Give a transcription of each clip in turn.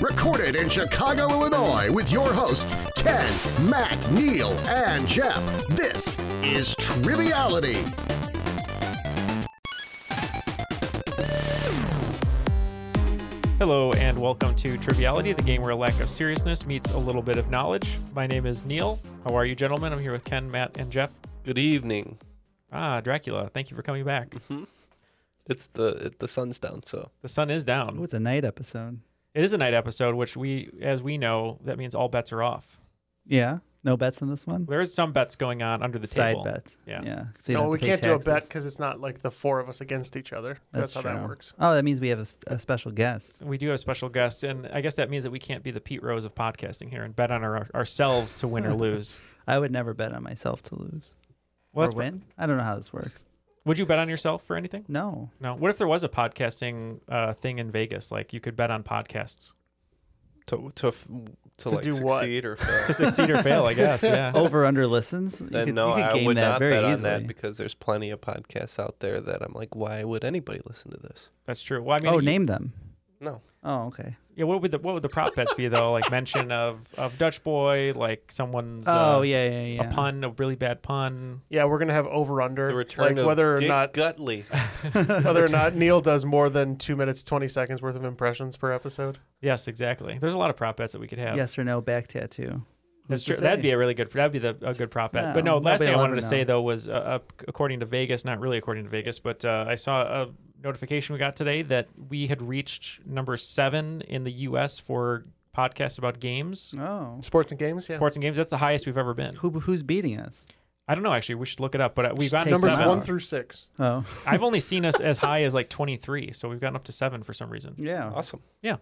Recorded in Chicago, Illinois, with your hosts, Ken, Matt, Neil, and Jeff. This is Triviality. Hello and welcome to Triviality, the game where a lack of seriousness meets a little bit of knowledge. My name is Neil. How are you, gentlemen? I'm here with Ken, Matt, and Jeff. Good evening. Ah, Dracula, thank you for coming back. Mm-hmm. It's the it, the sun's down, so The sun is Oh, down. it's a night episode. It is a night episode, which we, as we know, that means all bets are off. Yeah. No bets on this one? There is some bets going on under the Side table. bets. Yeah. Yeah. So you No, don't have we to pay can't do a bet taxes. because it's not like the four of us against each other. That's, how that true. works. Oh, that means we have a, s- a special guest. We do have special guests, and I guess that means that we can't be the Pete Rose of podcasting here and bet on our, ourselves to win or lose. I would never bet on myself to lose Well, or that's- win. I don't know how this works. Would you bet on yourself for anything? No. No. What if there was a podcasting uh, thing in Vegas? Like you could bet on podcasts to to f- to, like do what? succeed or fail. to succeed or fail, I guess. Yeah. Over under listens. You Then could, no, you could I game would that not very bet easily. on that because there's plenty of podcasts out there that I'm like, why would anybody listen to this? That's true. Well, I mean, oh, you- name them. No, Oh, okay. Yeah, what would the what would the prop bets be though? Like mention of of Dutch boy, like someone's uh, oh, yeah, yeah, yeah. a pun, a really bad pun. Yeah, we're gonna have over under. the return like of whether or Dick not Gutley. whether or not Neil does more than two minutes twenty seconds worth of impressions per episode. Yes, exactly. There's a lot of prop bets that we could have. Yes or no back tattoo. that's who's to true. That'd be say? a really good that'd be the, a good prop bet. but No, no, last nobody thing I will wanted to ever say know. though was uh, uh, according to Vegas, not really according to Vegas, but uh, I saw a notification we got today that we had reached number seven in the U.S. for podcasts about games. Oh. Sports and games, yeah. Sports and games. That's the highest we've ever been. Who, who's beating us? I don't know. Actually, we should look it up. But uh, we've Should gotten take Numbers some seven. out. one through six. Oh, I've only seen us as high as like 23, so we've gotten up to seven for some reason. yeah. Awesome. Yeah.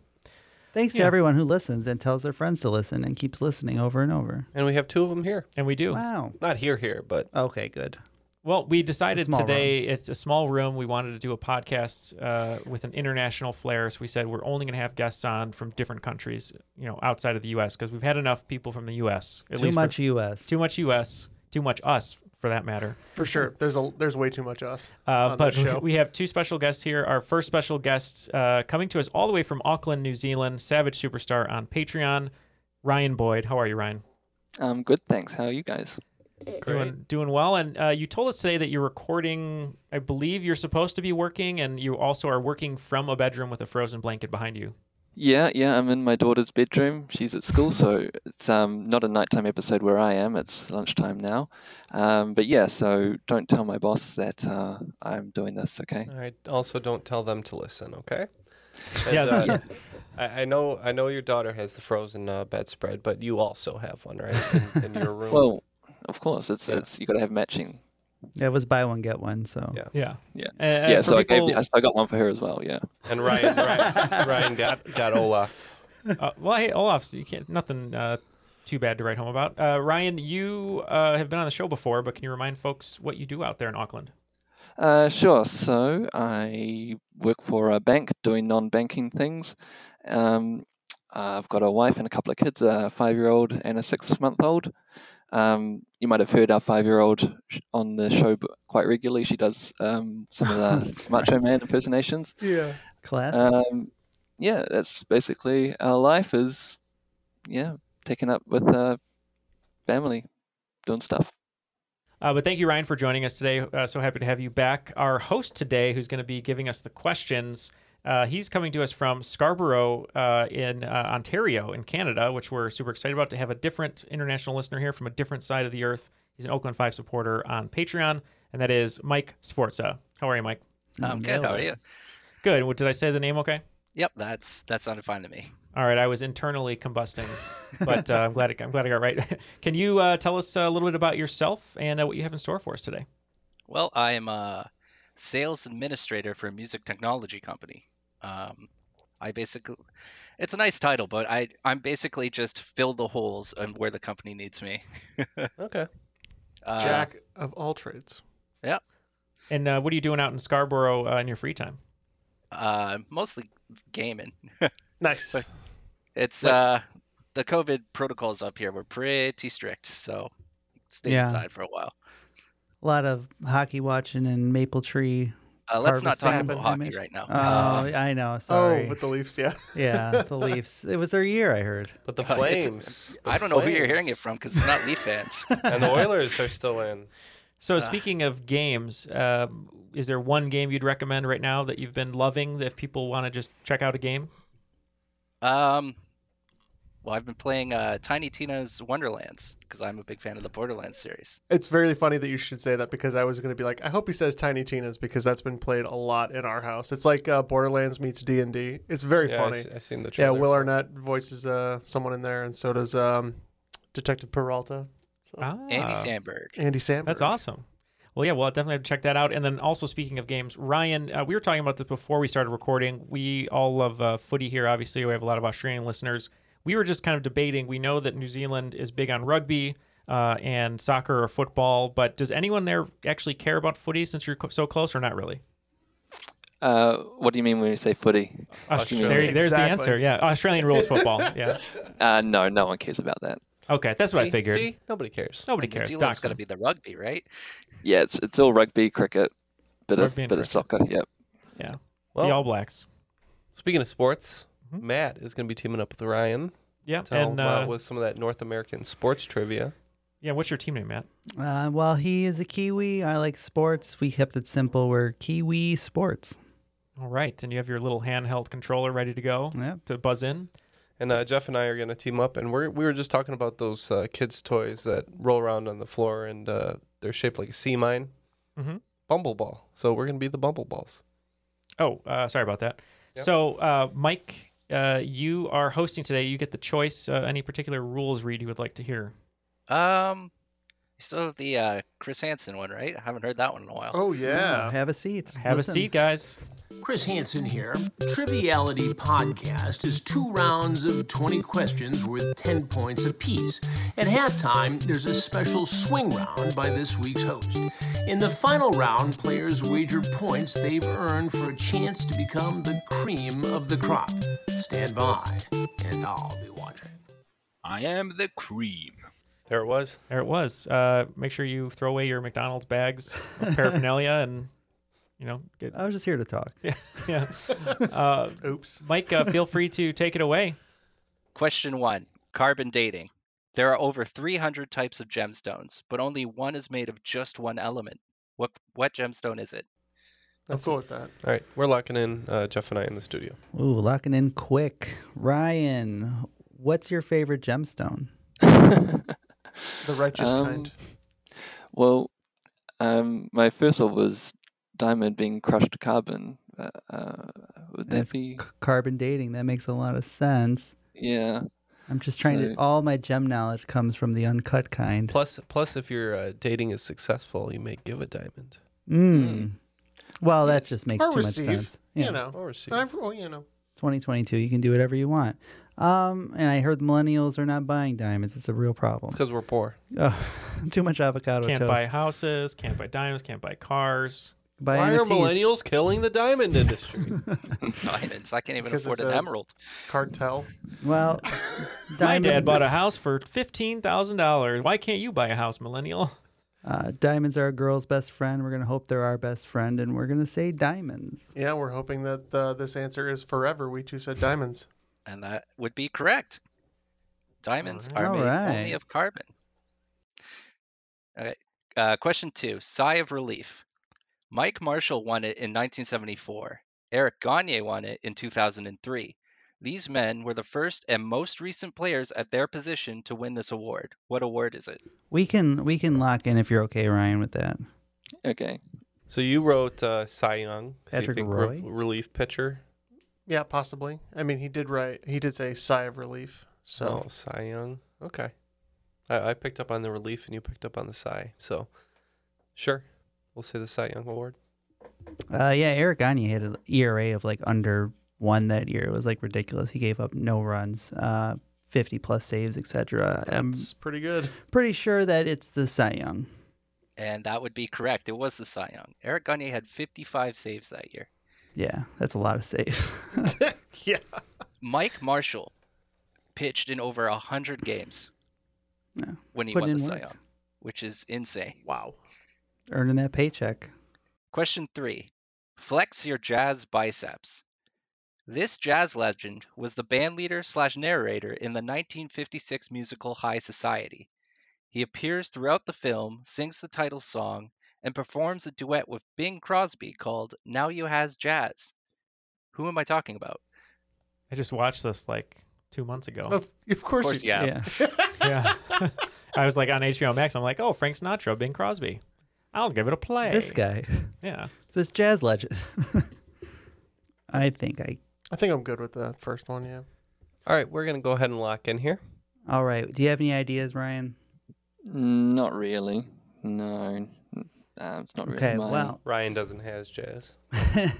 Thanks Yeah. to everyone who listens and tells their friends to listen and keeps listening over and over. And we have two of them here. And we do. Wow. Not here, here, but Okay, good. Well, we decided small today it's a small room. We wanted to do a podcast uh, with an international flair. So we said we're only going to have guests on from different countries, you know, outside of the U.S. because we've had enough people from the U.S. At Too least for- much U.S. too much U.S. Too much us for that matter. For sure. There's a there's way too much us. Uh, on but this show. we have two special guests here. Our first special guest uh, coming to us all the way from Auckland, New Zealand, Savage Superstar on Patreon, Ryan Boyd. How are you, Ryan? Um, good, thanks. How are you guys? great. Doing doing well, and uh, you told us today that you're recording. I believe you're supposed to be working, and you also are working from a bedroom with a frozen blanket behind you. Yeah, yeah, I'm in my daughter's bedroom. She's at school, so it's um, not a nighttime episode where I am. It's lunchtime now. Um, but yeah, so don't tell my boss that uh, I'm doing this, okay? All right. Also, don't tell them to listen. Okay. And, Yes. uh, I, I know. I know your daughter has the frozen uh, bedspread, but you also have one, right? In, in your room. Well, of course, it's Yeah. it's you got to have matching. Yeah, it was buy one get one. So Yeah. Yeah, Yeah, And- yeah. and Uh, for So I people- gave the, I got one for her as well. Yeah. and Ryan, Ryan, Ryan got got Olaf. uh, well, hey Olaf, so you can't nothing uh, too bad to write home about. Uh, Ryan, you uh, have been on the show before, but can you remind folks what you do out there in Auckland? Uh, sure. So I work for a bank doing non banking things. Um, I've got a wife and a couple of kids, a five year old and a six month old. Um, you might have heard our five year old on the show b- quite regularly. She does um, some of the That's Macho Man impersonations. Yeah. classic. Um, yeah, that's basically our life is, yeah, taken up with uh, family, doing stuff. Uh, but thank you, Ryan, for joining us today. Uh, so happy to have you back. Our host today, who's going to be giving us the questions, uh, he's coming to us from Scarborough uh, in uh, Ontario, in Canada, which we're super excited about to have a different international listener here from a different side of the earth. He's an Oakland 5 supporter on Patreon, and that is Mike Sforza. How are you, Mike? I'm good. How are you? Good. Well, Did I say the name okay? Yep, that's that sounded fine to me. All right, I was internally combusting, but uh, I'm glad it, I'm glad I got it right. Can you uh, tell us a little bit about yourself and uh, what you have in store for us today? Well, I'm a sales administrator for a music technology company. Um, I basically, it's a nice title, but I I'm basically just fill the holes and where the company needs me. Okay. Uh, Jack of all trades. Yep. And uh, what are you doing out in Scarborough uh, in your free time? Uh, mostly gaming. Nice. It's uh the COVID protocols up here were pretty strict, so stay Yeah. inside for a while. A lot of hockey watching and maple tree. Uh, let's not talk harvesting about hockey damage. right now. Oh, Uh, I know. Oh, Sorry. with the Leafs, yeah. yeah, the Leafs. It was their year, I heard. But the Uh, it's- Flames. the I don't know who you're hearing Flames it from because it's not Leaf fans. and the Oilers are still in. Uh. So speaking of games, um, is there one game you'd recommend right now that you've been loving? That if people want to just check out a game, Um, well, I've been playing uh, Tiny Tina's Wonderlands because I'm a big fan of the Borderlands series. It's very funny that you should say that because I was going to be like, I hope he says Tiny Tina's because that's been played a lot in our house. It's like uh, Borderlands meets D and D. It's very Yeah, funny. I, I seen the yeah, trailer. Will Arnett voices uh, someone in there, and so does um, Detective Peralta, Andy Ah. Sandberg. Andy Samberg. That's awesome. Well, yeah, well, I'll definitely have to check that out. And then also, speaking of games, Ryan, uh, we were talking about this before we started recording. We all love uh, footy here, obviously. We have a lot of Australian listeners. We were just kind of debating. We know that New Zealand is big on rugby uh, and soccer or football, but does anyone there actually care about footy since you're co- so close or not really? Uh, what do you mean when you say footy? Australia. There, there's the Exactly. answer. Yeah, Australian rules football. Yeah. Uh, no, no one cares about that. Okay, that's what I See? figured. See? Nobody cares. Nobody New cares. Zealand's Doxon. got to be the rugby, right? Yeah, it's it's all rugby, cricket, bit of Rugby and bit of soccer. Yep. Yeah. Well, the All Blacks. Mm-hmm. speaking of sports, Matt is going to be teaming up with Ryan. Yeah. Tell And him uh, uh, with some of that North American sports trivia. yeah, what's your team name, Matt? Uh, well, he is a Kiwi. I like sports. We kept it simple. We're Kiwi sports. All right. And you have your little handheld controller ready to go Yep. to buzz in. And uh, Jeff and I are going to team up, and we're we were just talking about those uh, kids' toys that roll around on the floor, and uh, they're shaped like a sea mine, Mhm. bumble ball. So we're going to be the bumble balls. Oh, uh, sorry about that. Yep. So, uh, Mike, uh, you are hosting today. You get the choice. Uh, any particular rules read you would like to hear? Um, you still have the uh, Chris Hansen one, right? I haven't heard that one in a while. Oh yeah. Have a seat. Have Listen. a seat, guys. Chris Hansen here. Triviality Podcast is two rounds of 20 questions worth 10 points apiece. At halftime, there's a special swing round by this week's host. In the final round, players wager points they've earned for a chance to become the cream of the crop. Stand by, and I'll be watching. I am the cream. There it was. There it was. Uh, make sure you throw away your McDonald's bags of paraphernalia and, you know, get, I was just here to talk. yeah. Uh, Oops. Mike, uh, feel free to take it away. Question one Carbon dating. There are over 300 types of gemstones, but only one is made of just one element. What, what gemstone is it? I'm cool with that. All right, we're locking in uh, Jeff and I in the studio. Ooh, locking in quick. Ryan, what's your favorite gemstone? The righteous Um, kind. Well, um, my first thought was diamond being crushed to carbon. Uh, uh, would that That's be? c- carbon dating. That makes a lot of sense. Yeah. I'm just trying to. So- All my gem knowledge comes from the uncut kind. Plus, plus, if your uh, dating is successful, you may give a diamond. Mm. Well, that just makes Or too receive, much sense. You Or know. receive. I'm, well, you know. 2022, you can do whatever you want. Um, and I heard millennials are not buying diamonds. It's a real problem. because we're poor. Oh, too much avocado Can't toast. buy houses. Can't buy diamonds. Can't buy cars. Buy Why are NFTs. millennials killing the diamond industry? Diamonds. I can't even Because afford it's an a- emerald. Cartel. Well, My dad diamond- bought a house for fifteen thousand dollars. Why can't you buy a house, millennial? Uh, diamonds are a girl's best friend. We're gonna hope they're our best friend, and we're gonna say diamonds. Yeah, we're hoping that uh, this answer is forever. We two said diamonds. And that would be correct. Diamonds All are made right. only of carbon. Okay. Uh, question two Sigh of Relief. Mike Marshall won it in 1974. Eric Gagne won it in 2003. These men were the first and most recent players at their position to win this award. What award is it? We can we can lock in if you're okay, Ryan, with that. Okay. So you wrote uh, Cy Young. So you Patrick think re- relief pitcher. Yeah, possibly. I mean, he did write. He did say sigh of relief. So oh, Cy Young. Okay. I, I picked up on the relief and you picked up on the Cy. So sure. We'll say the Cy Young Award. Uh, yeah, Eric Gagne had an ERA of like under one that year. It was like ridiculous. He gave up no runs, uh, fifty plus saves, etc. I'm it's pretty good. pretty sure that it's the Cy Young. And that would be correct. It was the Cy Young. Eric Gagne had 55 saves that year. Yeah, that's a lot of saves. yeah. Mike Marshall pitched in over 100 games Yeah. when he Putting won the in Cy work. Young, which is insane. Wow. Earning that paycheck. Question three Flex your jazz biceps. This jazz legend was the bandleader slash narrator in the 1956 musical High Society. He appears throughout the film, sings the title song, and performs a duet with Bing Crosby called Now You Has Jazz. Who am I talking about? I just watched this like two months ago. Of, of course, course you you have. Yeah. yeah. I was like on HBO Max. I'm like, oh, Frank Sinatra, Bing Crosby. I'll give it a play. This guy, Yeah. this jazz legend. I think I. I think I'm good with the first one. Yeah. All right, we're gonna go ahead and lock in here. All right. Do you have any ideas, Ryan? Not really. No. Uh, it's not really Okay. mine. Well, Ryan doesn't has jazz.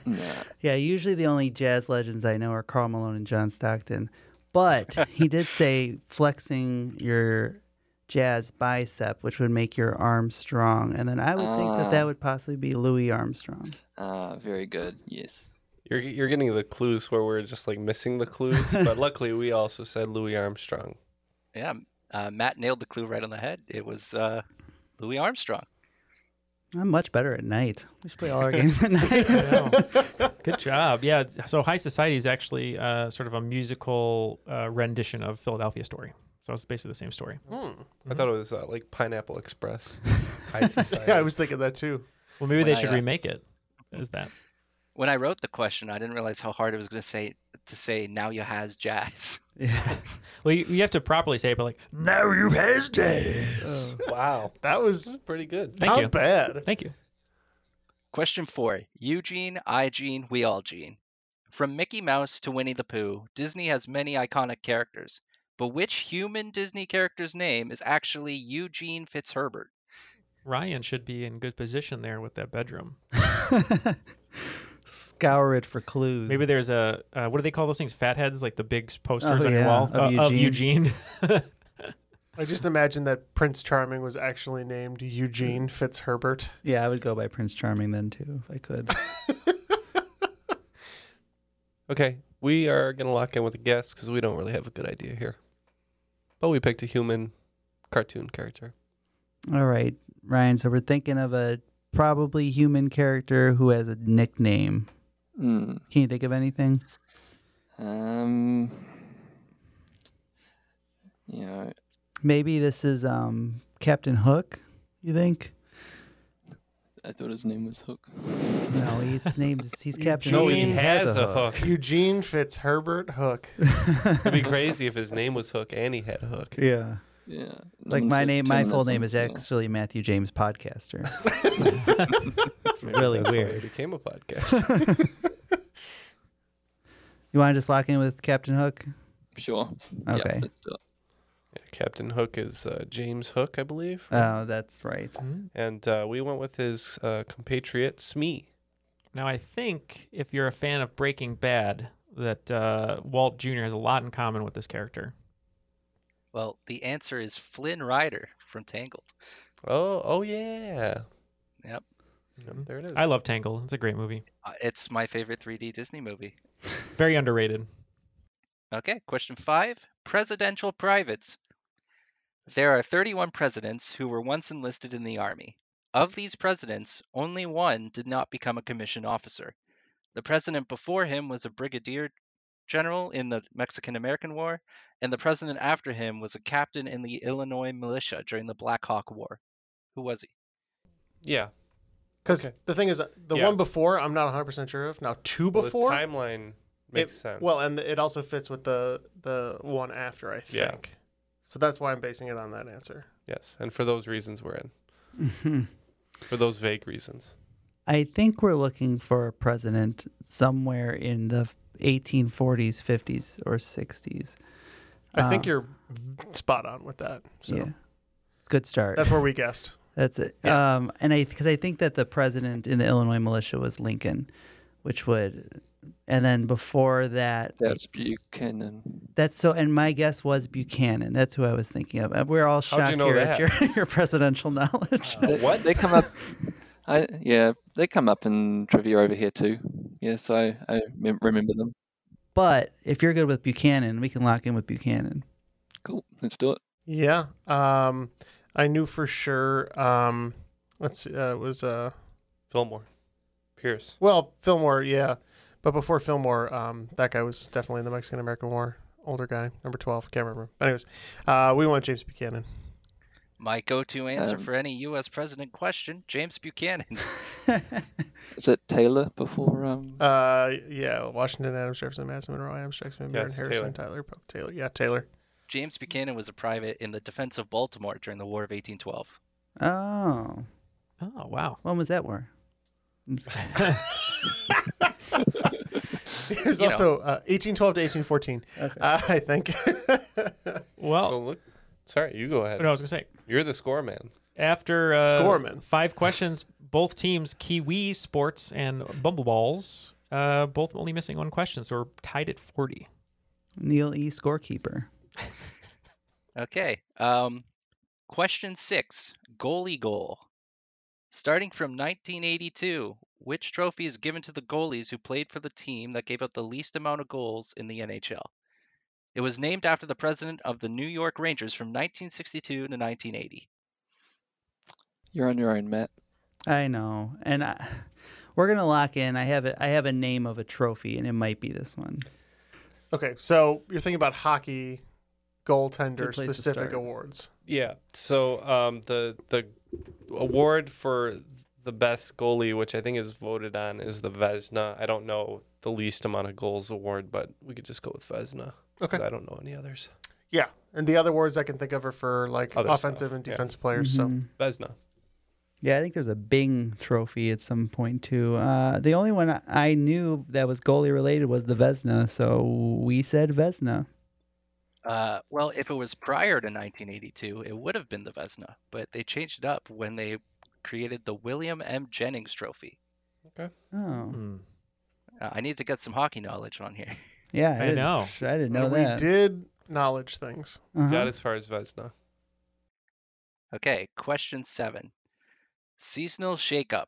Nah. Yeah, usually the only jazz legends I know are Carl Malone and John Stockton. But he did say flexing your jazz bicep, which would make your arm strong. And then I would think that that Ah. would possibly be Louis Armstrong. Ah, very good. Yes. You're you're getting the clues where we're just like missing the clues, but luckily we also said Louis Armstrong. Yeah, uh, Matt nailed the clue right on the head. It was uh, Louis Armstrong. I'm much better at night. We should play all our games at night. Good job. Yeah. So High Society is actually uh, sort of a musical uh, rendition of Philadelphia Story. So it's basically the same story. Hmm. I thought it was uh, like Pineapple Express. High Society. Yeah, I was thinking that too. Well, maybe When they I, should uh, remake it. Is that? When I wrote the question, I didn't realize how hard it was going to say to say now you has jazz. yeah. Well, you, you have to properly say it, but like, Now you has jazz. wow, That was pretty good. Oh. thank not you. bad. Thank you. Question four: Eugene, I Gene, we all Gene. From Mickey Mouse to Winnie the Pooh, Disney has many iconic characters. But which human Disney character's name is actually Eugene Fitzherbert? Ryan should be in good position there with that bedroom. Scour it for clues. Maybe there's a uh, what do they call those things? Fatheads, like the big posters Oh, on your yeah, wall of Uh, of Eugene. Eugene. I just imagine that Prince Charming was actually named Eugene Fitzherbert. Yeah, I would go by Prince Charming then too, if I could. Okay, we are gonna lock in with a guess because we don't really have a good idea here, but we picked a human cartoon character. All right, Ryan. So we're thinking of a probably human character who has a nickname. Mm. Can you think of anything? Um. You know, Maybe this is um, Captain Hook. You think? I thought his name was Hook. No, his name's he's Captain. No, Hook. he has a hook. Eugene Fitzherbert Hook. It'd be crazy if his name was Hook and he had a hook. Yeah, Yeah. like my name, my full name is X. actually Matthew James Podcaster. it's really That's why weird. It became a podcast. You want to just lock in with Captain Hook? Sure. Okay. Yeah, let's do it. Yeah, Captain Hook is uh, James Hook, I believe. Oh, that's right. Hmm. and uh, we went with his uh, compatriot Smee. Now, I think if you're a fan of Breaking Bad, that uh, Walt Jr. has a lot in common with this character. Well, the answer is Flynn Rider from Tangled. Oh, oh yeah. Yep, Yep, there it is. I love Tangled. It's a great movie. Uh, it's my favorite 3D Disney movie. Very underrated. Okay, question five Presidential privates. There are 31 presidents who were once enlisted in the Army. Of these presidents, only one did not become a commissioned officer. The president before him was a brigadier general in the Mexican American War, and the president after him was a captain in the Illinois militia during the Black Hawk War. Who was he? Yeah. Because Okay. the thing is, uh, the Yeah. one before, I'm not 100% sure of. Now, two Well, the before? timeline makes it- sense. Well, and it also fits with the, the one after, I think. Yeah. So that's why I'm basing it on that answer. Yes, and for those reasons we're in. for those vague reasons. I think we're looking for a president somewhere in the 1840s, 50s, or 60s. I think Um, you're v- spot on with that. So yeah. Good start. that's where we guessed. That's it. Um, and I because I think that the president in the Illinois militia was Lincoln, which would, and then before that, That's Buchanan. that's so. And my guess was Buchanan. That's who I was thinking of. And We're all How'd you shocked know here at that? your, your presidential knowledge. They- They come up. I yeah, they come up in trivia over here too. Yeah, so I, I mem- remember them. But if you're good with Buchanan, we can lock in with Buchanan. Cool, let's do it. Yeah. Um, I knew for sure. Um, let's see. Uh, it was uh, Fillmore, Pierce. well, Fillmore. Yeah, but before Fillmore, um, that guy was definitely in the Mexican American War. Older guy, number twelve. Can't remember. Anyways, uh, we want James Buchanan. My go-to answer Um, for any U.S. president question: James Buchanan. Is it Taylor before? Um, Uh, yeah, Washington, Adams, Jefferson, Madison, Monroe, Adams, Jackson, Van Buren, Yes, Harrison, Tyler, Pope, Taylor. Yeah, Taylor. James Buchanan was a private in the defense of Baltimore during the War of 1812. Oh, Oh wow. when was that war? I'm just kidding. It was You know. also uh, 1812 to 1814, uh, I think. Well, So look, sorry, you go ahead. no, I was gonna say You're the score man. after uh, Scoreman. five questions, both teams Kiwi Sports and Bumbleballs, uh, both only missing one question, so we're tied at forty. Neil E. Scorekeeper. Okay. Um, question six: Goalie goal. Starting from 1982, which trophy is given to the goalies who played for the team that gave up the least amount of goals in the NHL? It was named after the president of the New York Rangers from 1962 to 1980. you're on your own, Matt. I know, and I, we're gonna lock in. I have a, I have a name of a trophy, and it might be this one. okay, so you're thinking about hockey goaltender Good place to specific start. awards. Yeah. So um, the the award for the best goalie, which I think is voted on, is the Vesna. I don't know the least amount of goals award, but we could just go with Vesna. 'cause Okay. I don't know any others. Yeah, and the other words I can think of are for like Other offensive stuff, and yeah. defensive players. So Mhm. Vesna. Yeah, I think there's a Bing trophy at some point too. Uh, the only one I- I knew that was goalie related was the Vesna, so we said Vesna. Uh, well, if it was prior to 1982, it would have been the Vesna, but they changed it up when they created the William M. Jennings Trophy. Oh, Hmm. Uh, I need to get some hockey knowledge on here. yeah, I didn't- know. I didn't know we that. did knowledge things. Uh-huh. Got as far as Vesna. Okay, question seven. Seasonal shakeup.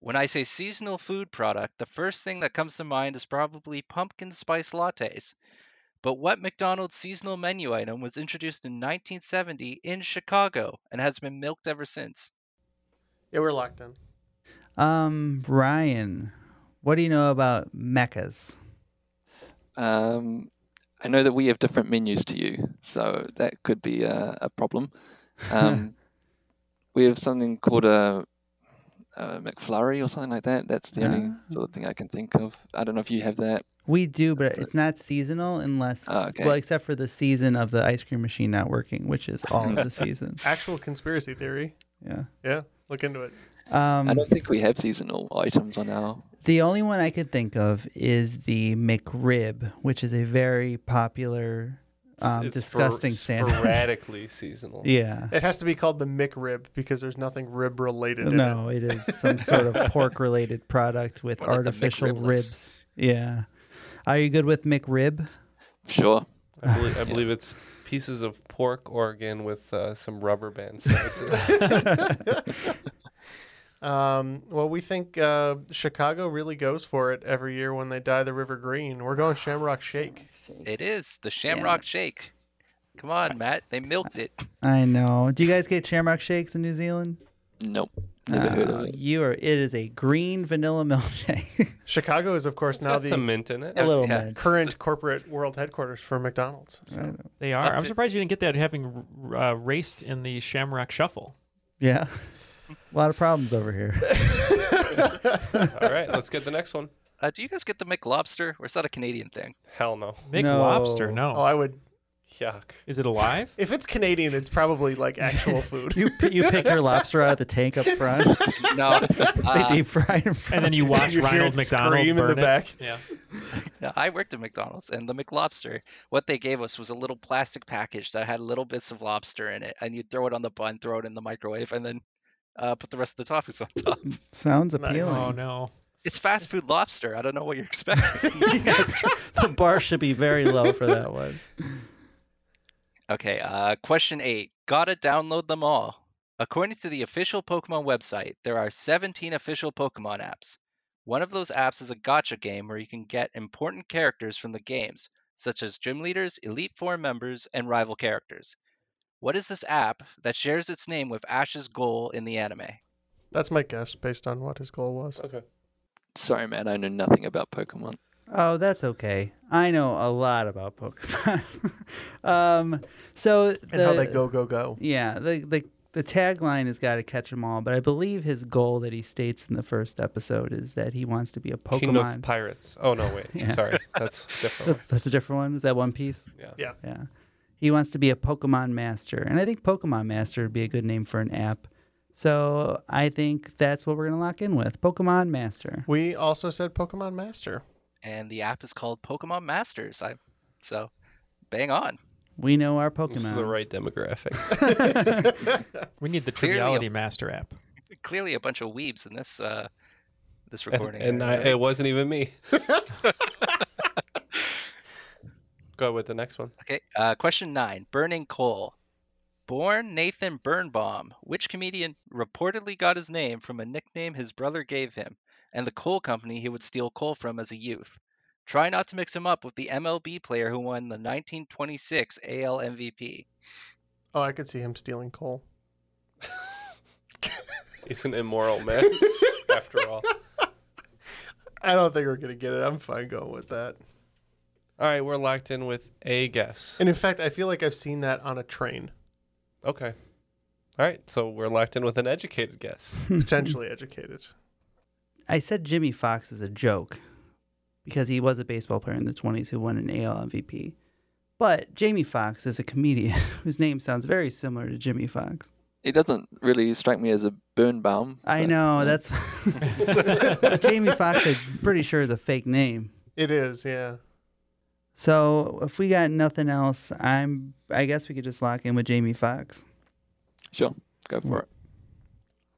When I say seasonal food product, the first thing that comes to mind is probably pumpkin spice lattes. But what McDonald's seasonal menu item was introduced in 1970 in Chicago and has been milked ever since? Yeah, we're locked in. Um, Ryan, what do you know about mechas? Um, I know that we have different menus to you, so that could be a, a problem. Um, we have something called a, a McFlurry or something like that. That's the only sort of thing I can think of. I don't know if you have that. We do, but it's not seasonal unless, Oh, okay. well, except for the season of the ice cream machine not working, which is all of the season. Actual conspiracy theory. Yeah. Yeah, look into it. Um, I don't think we have seasonal items on our. The only one I could think of is the McRib, which is a very popular, It's- um, it's spor- disgusting sandwich. Sporadically seasonal. yeah. It has to be called the McRib because there's nothing rib related in No, it is some sort of pork-related product with Well, like the artificial McRiblets. ribs. Yeah. Are you good with McRib? Sure. I believe, I believe it's pieces of pork organ with uh, some rubber band slices. it. Um, well, we think uh, Chicago really goes for it every year when they dye the river green. We're going Shamrock Shake. It is the Shamrock Shake. Come on, Matt. They milked it. I know. Do you guys get shamrock shakes in New Zealand? Nope. Never heard of Oh, it. You are. It is a green vanilla milkshake. Chicago is, of course, it's now got the some mint in it. a little Yeah. bit. current corporate world headquarters for McDonald's. So. They are. I'm to- surprised you didn't get that having uh, raced in the Shamrock Shuffle. Yeah. A lot of problems over here. All right, let's get the next one. Uh, do you guys get the McLobster, or is that a Canadian thing? Hell no. Big lobster, no. Oh, I would. Yuck. Is it alive? If it's Canadian, it's probably like actual food. You p- you pick your lobster out of the tank up front. No, They uh, deep fry it. in front and then of you watch You hear Ronald it McDonald scream in burn the it. back. Yeah. no, I worked at McDonald's, and the McLobster, what they gave us was a little plastic package that had little bits of lobster in it, and you'd throw it on the bun, throw it in the microwave, and then uh, put the rest of the toppings on top. Sounds Nice. appealing. Oh no. It's fast food lobster. I don't know what you're expecting. Yes, the bar should be very low for that one. Okay, uh, question eight. Gotta download them all. According to the official Pokemon website, there are 17 official Pokemon apps. One of those apps is a gotcha game where you can get important characters from the games, such as gym leaders, Elite Four members, and rival characters. What is this app that shares its name with Ash's goal in the anime? That's my guess based on what his goal was. Okay. Sorry, man, I know nothing about Pokemon. Oh, that's okay. I know a lot about Pokemon. um, so the, And how they go, go, go. Yeah, the the the tagline has got to catch them all, but I believe his goal that he states in the first episode is that he wants to be a Pokemon. King of Pirates. Oh no, wait. Sorry, that's different. that's that's a different one. Is that One Piece? Yeah. Yeah. Yeah. He wants to be a Pokemon master, and I think Pokemon master would be a good name for an app. So I think that's what we're gonna lock in with Pokemon master. We also said Pokemon Master. And the app is called Pokemon Masters. I, so, bang on. We know our This is Pokemon. the right demographic. We need the Clearly a- Triviality Master app. Clearly, a bunch of weebs in this uh, this and recording. and I, area. it wasn't even me. Go with the next one. Okay. Uh, question nine: Burning coal. Born Nathan Birnbaum, which comedian reportedly got his name from a nickname his brother gave him, and the coal company he would steal coal from as a youth? Try not to mix him up with the MLB player who won the 1926 AL MVP. Oh, I could see him stealing coal. He's an immoral man, after all. I don't think we're gonna get it. I'm fine going with that. All right, we're locked in with a guess. And in fact, I feel like I've seen that on a train, Okay. All right, so we're locked in with an educated guess. potentially educated. I said Jimmy Fox is a joke because he was a baseball player in the 20s who won an AL MVP. But Jamie Fox is a comedian whose name sounds very similar to Jimmy Fox. He doesn't really strike me as a Birnbaum. I but, know uh, that's but Jamie Fox. I'm pretty sure is a fake name. It is, yeah. So if we got nothing else, I'm. I guess we could just lock in with Jamie Fox. Sure, go for it.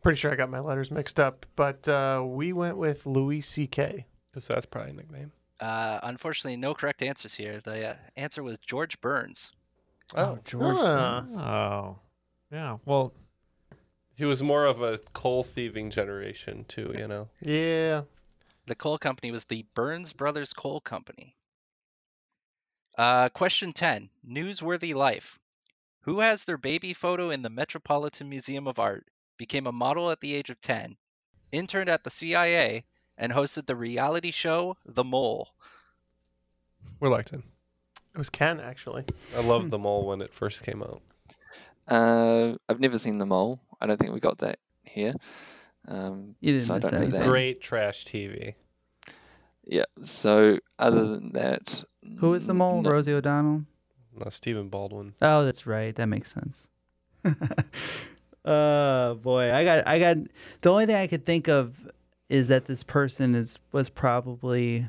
Pretty sure I got my letters mixed up, but uh, we went with Louis C.K. Because that's probably a nickname. Uh, unfortunately, no correct answers here. The uh, answer was George Burns. Oh, George. Ah. Oh. Yeah. Well, He was more of a coal thieving generation, too, you know? Yeah. The coal company was the Burns Brothers Coal Company. Uh, question 10 Newsworthy Life. Who has their baby photo in the Metropolitan Museum of Art, became a model at the age of 10, interned at the CIA, and hosted the reality show The Mole? We're locked in. It was Ken, actually. I loved the mole when it first came out. Uh, I've never seen the mole. I don't think we got that here. Um, You didn't so I miss don't know anything. that. Great trash TV. Yeah. So other than that, Who is the mole? Mm, no. Rosie O'Donnell. No, Stephen Baldwin. Oh, that's right. That makes sense. oh boy, I got I got the only thing I could think of is that this person is was probably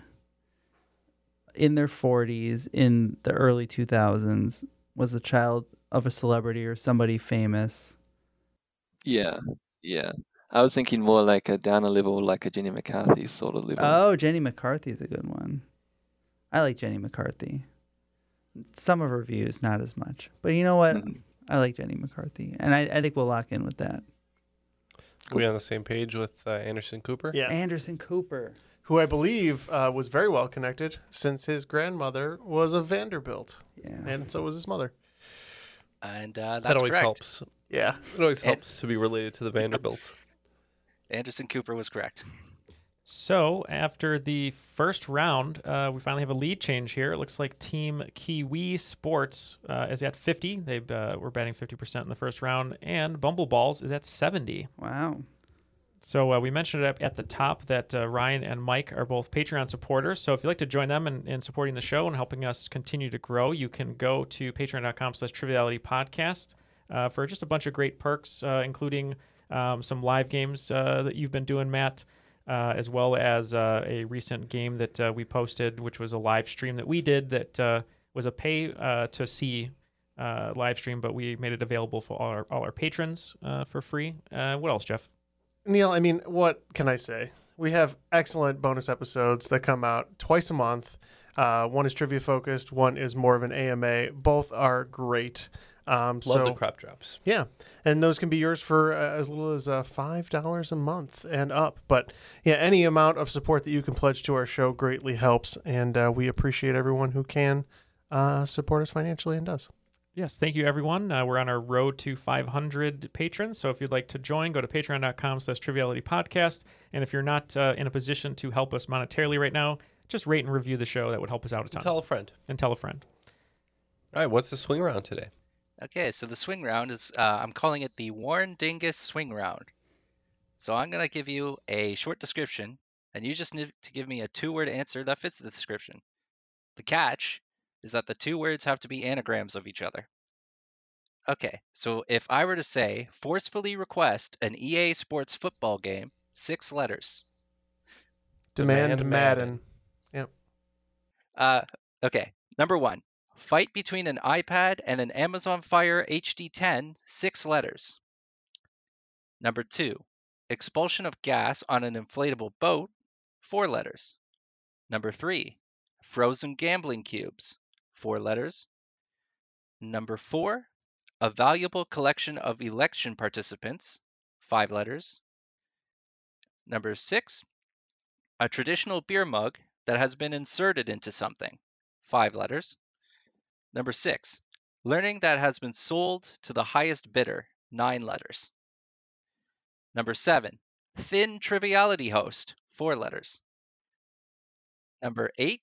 in their 40s in the early 2000s was the child of a celebrity or somebody famous. Yeah. Yeah. I was thinking more like a downer level, like a Jenny McCarthy sort of level. Oh, Jenny McCarthy is a good one. I like Jenny McCarthy. Some of her views, not as much. But you know what? Mhm. I like Jenny McCarthy. And I, I think we'll lock in with that. we on the same page with uh, Anderson Cooper? Yeah. Anderson Cooper. Who I believe uh, was very well connected since his grandmother was a Vanderbilt, Yeah. and so was his mother. And uh, that's That always correct. helps. Yeah. It always And- helps to be related to the Vanderbilts. Anderson Cooper was correct. So after the first round, uh, we finally have a lead change here. It looks like Team Kiwi Sports uh, is at 50. They uh, were batting 50% in the first round, and Bumble Balls is at 70. Wow. So uh, we mentioned it up at the top that uh, Ryan and Mike are both Patreon supporters. So if you'd like to join them in, in supporting the show and helping us continue to grow, you can go to patreon.com slash triviality podcast uh, for just a bunch of great perks, uh, including um, some live games uh, that you've been doing, Matt, uh, as well as uh, a recent game that uh, we posted, which was a live stream that we did that uh, was a pay uh, to see uh, live stream, but we made it available for all our, all our patrons uh, for free. Uh, what else, Jeff? Neil, I mean, what can I say? We have excellent bonus episodes that come out twice a month. Uh, one is trivia focused, one is more of an AMA. Both are great. Um, Love so, the crop drops. Yeah, and those can be yours for uh, as little as uh, five dollars a month and up. But yeah, any amount of support that you can pledge to our show greatly helps, and uh, we appreciate everyone who can uh, support us financially and does. Yes, thank you, everyone. Uh, we're on our road to 500 patrons. So if you'd like to join, go to patreon.com slash triviality podcast. And if you're not uh, in a position to help us monetarily right now, just rate and review the show. That would help us out a ton. Tell a friend. and tell a friend. All right, what's the swing round today? Okay, so the swing round is uh, I'm calling it the Warren Dingus swing round. So I'm going to give you a short description, and you just need to give me a two word answer that fits the description. The catch is that the two words have to be anagrams of each other. Okay, so if I were to say forcefully request an EA Sports football game, six letters. Demand, Demand Madden. Madden. Uh, okay, number one fight between an iPad and an Amazon Fire HD10, six letters. Number two, expulsion of gas on an inflatable boat, four letters. Number three, frozen gambling cubes, four letters. Number four, a valuable collection of election participants, five letters. Number six, a traditional beer mug that has been inserted into something, five letters. Number six, learning that has been sold to the highest bidder, nine letters. Number seven, thin triviality host, four letters. Number eight,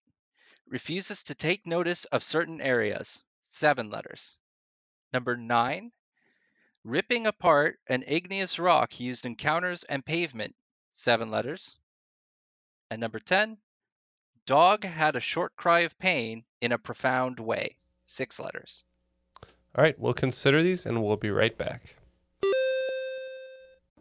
refuses to take notice of certain areas, seven letters. Number nine, ripping apart an igneous rock used in counters and pavement, seven letters. And number 10, dog had a short cry of pain in a profound way, six letters. All right, we'll consider these and we'll be right back.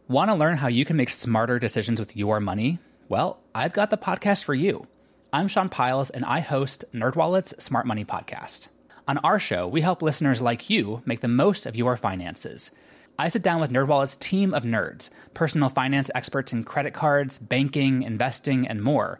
Want to learn how you can make smarter decisions with your money? Well, I've got the podcast for you. I'm Sean Piles and I host NerdWallet's Smart Money Podcast. On our show, we help listeners like you make the most of your finances. I sit down with NerdWallet's team of nerds, personal finance experts in credit cards, banking, investing, and more.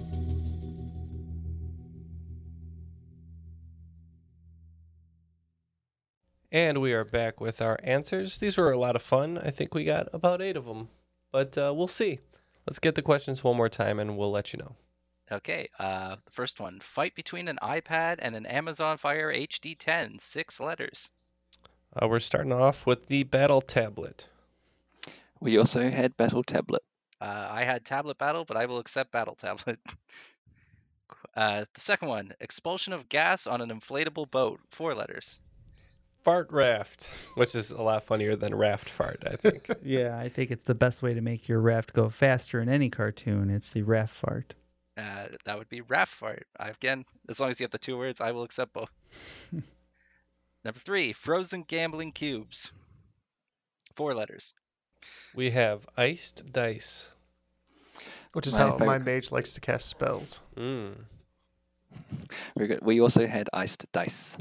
And we are back with our answers. These were a lot of fun. I think we got about eight of them, but uh, we'll see. Let's get the questions one more time and we'll let you know. Okay, uh, the first one fight between an iPad and an Amazon Fire HD 10, six letters. Uh, we're starting off with the battle tablet. We also had Battle Tablet. Uh, I had tablet battle, but I will accept battle tablet. uh, the second one expulsion of gas on an inflatable boat, four letters. Fart raft, which is a lot funnier than raft fart, I think. Yeah, I think it's the best way to make your raft go faster in any cartoon. It's the raft fart. Uh, that would be raft fart. I, again, as long as you have the two words, I will accept both. Number three, frozen gambling cubes. Four letters. we have iced dice. Which is My how my favorite. mage likes to cast spells. Mm. Very good. We also had Iced Dice.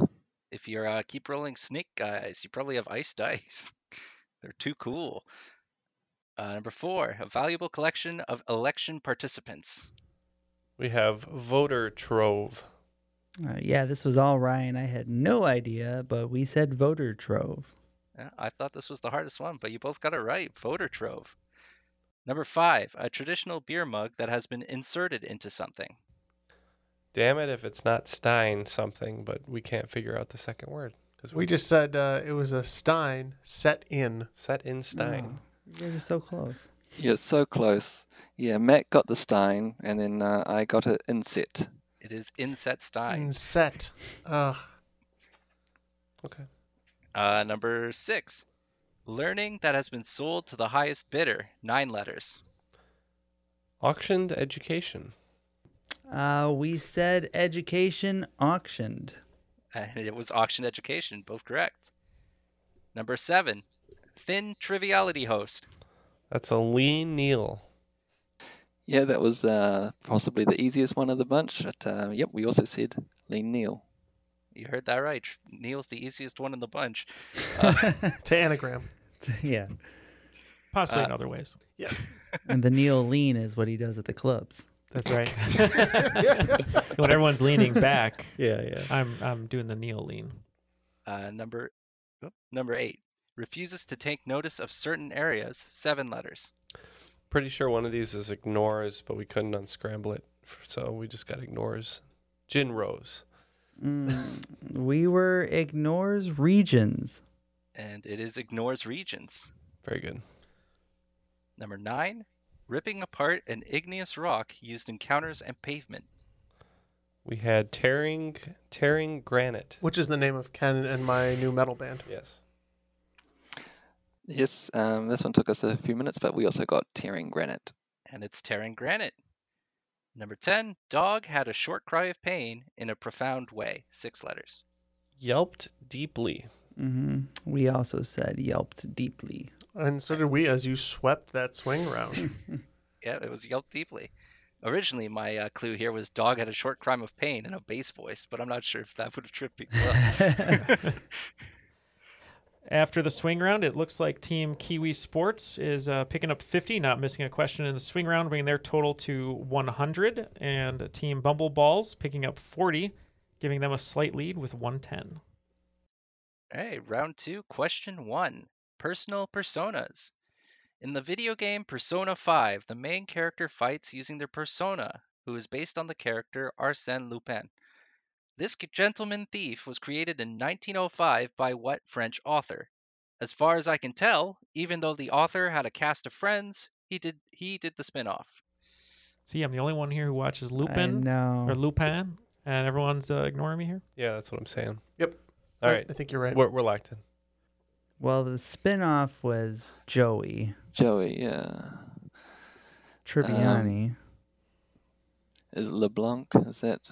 If you're uh, keep rolling snake guys, you probably have ice dice. They're too cool. Uh, number four, a valuable collection of election participants. We have voter trove. Uh, yeah, this was all Ryan. I had no idea, but we said voter trove. Yeah, I thought this was the hardest one, but you both got it right. Voter trove. Number five, a traditional beer mug that has been inserted into something. Damn it if it's not Stein something, but we can't figure out the second word. because We just said uh, it was a Stein set in. Set in Stein. You guys Mm. are so close. Yeah, so close. Yeah, Matt got the Stein, and then uh, I got it inset. It is inset stein. Inset. Ugh. Okay. Uh, number six, learning that has been sold to the highest bidder. Nine letters. Auctioned education. Uh, we said education auctioned. And it was auction education, both correct. Number seven, thin triviality host. That's a lean Neil. Yeah, that was uh, possibly the easiest one of the bunch. But uh, yep, we also said Lean Neil. You heard that right. Tr- Neil's the easiest one in the bunch. Uh, To anagram. yeah. Possibly in Uh, other ways. Yeah. And the Neil Lean is what he does at the clubs. That's right. when everyone's leaning back, Yeah, yeah. I'm I'm doing the kneel lean. uh, number oop, number eight, refuses to take notice of certain areas. Seven letters. Pretty sure one of these is ignores, but we couldn't unscramble it, f- so we just got ignores. Gin Rose. Mm, we were ignores regions. And it is ignores regions. Very good. Number nine, ripping apart an igneous rock used in counters and pavement. We had tearing, tearing granite. Which is the name of Ken and my new metal band. Yes. Yes, um, this one took us a few minutes, but we also got Tearing Granite. and it's tearing granite. Number 10, dog had a short cry of pain in a profound way. Six letters. Yelped deeply. hmm We also said yelped deeply. And so did we as you swept that swing round. Yeah, it was yelped deeply. Originally, my uh, clue here was dog had a short cry of pain in a bass voice, but I'm not sure if that would have tripped people up. After the swing round, it looks like Team Kiwi Sports is uh, picking up 50, not missing a question in the swing round, bringing their total to 100. And Team Bumble Balls picking up 40, giving them a slight lead with 110. Hey, round two, question one Personal personas. In the video game Persona 5, the main character fights using their persona, who is based on the character Arsène Lupin. This g- gentleman thief was created in 1905 by what French author? As far as I can tell, even though the author had a cast of friends, he did he did the spin-off. See, I'm the only one here who watches I Lupin know. or Lupin, and everyone's uh, ignoring me here. Yeah, that's what I'm saying. Yep. All I- right. I think you're right. We're, we're locked in. Well, the spin off was Joey Joey, yeah. Um, Tribbiani. Is it LeBlanc? Is that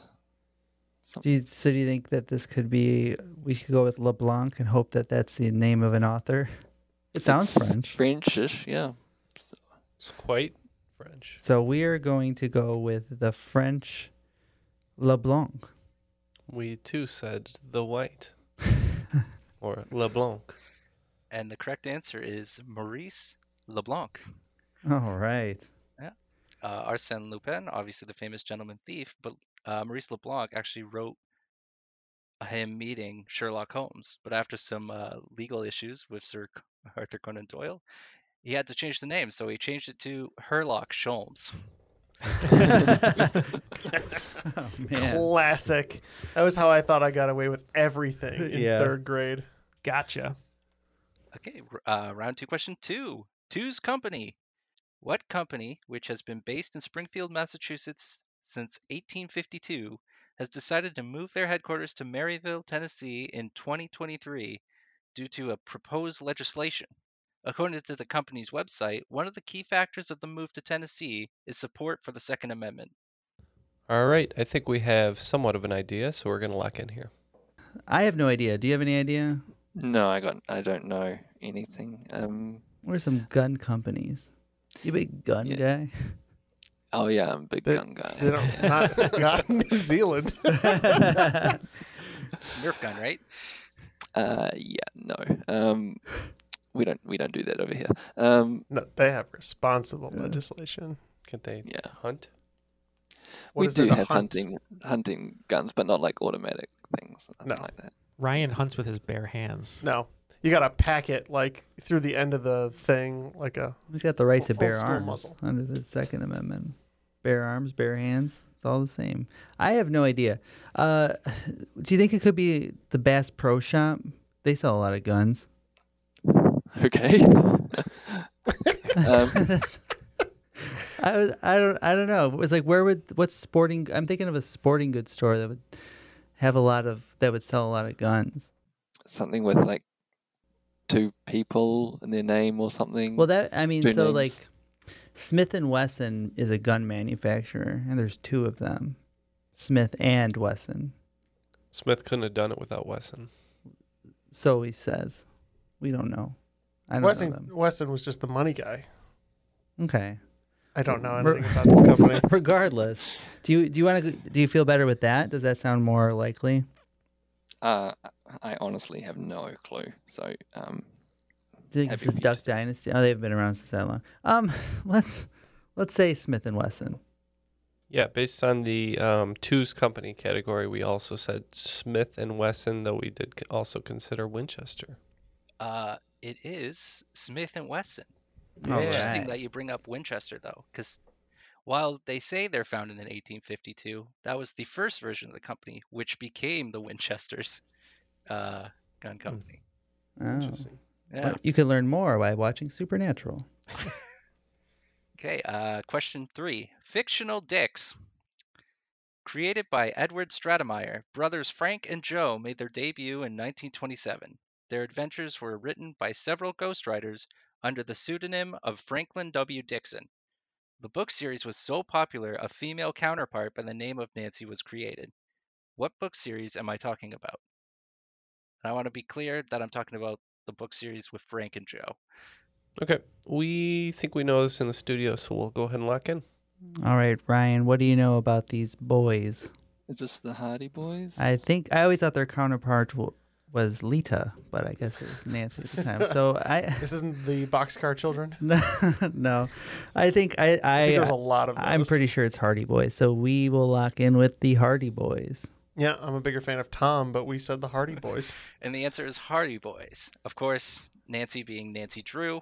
do you, so do you think that this could be, we should go with LeBlanc and hope that that's the name of an author? It sounds It's French. Frenchish, yeah. It's quite French. So we are going to go with the French LeBlanc. We too said the white. or LeBlanc. And the correct answer is Maurice Leblanc. All right. uh, Arsène Lupin, obviously the famous gentleman thief, but uh, Maurice Leblanc actually wrote him meeting Sherlock Holmes. But after some uh, legal issues with Sir C- Arthur Conan Doyle, he had to change the name, so he changed it to Herlock Sholmes. Classic. That was how I thought I got away with everything in Yeah. third grade. Gotcha. Okay, r- uh, round two, question two. Two's company. What company, which has been based in Springfield, Massachusetts since 1852, has decided to move their headquarters to Maryville, Tennessee in 2023 due to a proposed legislation? According to the company's website, one of the key factors of the move to Tennessee is support for the Second Amendment. All right, I think we have somewhat of an idea, so we're gonna lock in here. I have no idea. Do you have any idea? No, I got. I don't know anything. Um, What are some gun companies? You big gun guy. oh yeah, I'm a big gun guy. they don't- not- not in New Zealand. Nerf gun, right? Uh, yeah, no. Um, we don't. We don't do that over here. Um, No, they have responsible legislation. Can they hunt? What we is there do to have hunt? hunting hunting guns, but not like automatic things. No. Ryan hunts with his bare hands. No. You got to pack it like through the end of the thing, like a. He's got the right to old bear school arms under the Second Amendment. Bare arms, bare hands. It's all the same. I have no idea. Uh, do you think it could be the Bass Pro Shop? They sell a lot of guns. Okay. Um, That's- I was I don't I don't know. It was like where would what's sporting? I'm thinking of a sporting goods store that would have a lot of that would sell a lot of guns. Something with like two people and their name or something. Well, that I mean, Two so names. like Smith and Wesson is a gun manufacturer, and there's two of them, Smith and Wesson. Smith couldn't have done it without Wesson. So he says, we don't know. I don't know Weston, them. Weston was just the money guy. Okay. I don't know Re- anything about this company. Regardless, do you do you want to do you feel better with that? Does that sound more likely? Uh, I honestly have no clue. So, um, Think This is Duck Dynasty. Oh, they've been around since that long. Um, let's let's say Smith and Wesson. Yeah, based on the um, two's company category, we also said Smith and Wesson, though we did c- also consider Winchester. Uh, it is Smith and Wesson. All Interesting right. that you bring up Winchester though, because while they say they're founded in 1852, that was the first version of the company, which became the Winchester's uh, gun company. Oh. Interesting. Yeah. Well, you can learn more by watching Supernatural. Okay, uh, question three: Fictional dicks. Created by Edward Stratemeyer, brothers Frank and Joe made their debut in 1927. Their adventures were written by several ghostwriters under the pseudonym of Franklin W. Dixon. The book series was so popular, a female counterpart by the name of Nancy was created. What book series am I talking about? And I want to be clear that I'm talking about the book series with Frank and Joe. Okay, we think we know this in the studio, so we'll go ahead and lock in. All right, Ryan, what do you know about these boys? is this the Hardy Boys? I think I always thought their counterpart w- was Lita, but I guess it was Nancy at the time. So I This isn't the boxcar children. no, no. I think I I, there's a lot of I'm those. pretty sure it's Hardy Boys. So we will lock in with the Hardy Boys. Yeah, I'm a bigger fan of Tom, but we said the Hardy Boys. And the answer is Hardy Boys. Of course, Nancy being Nancy Drew.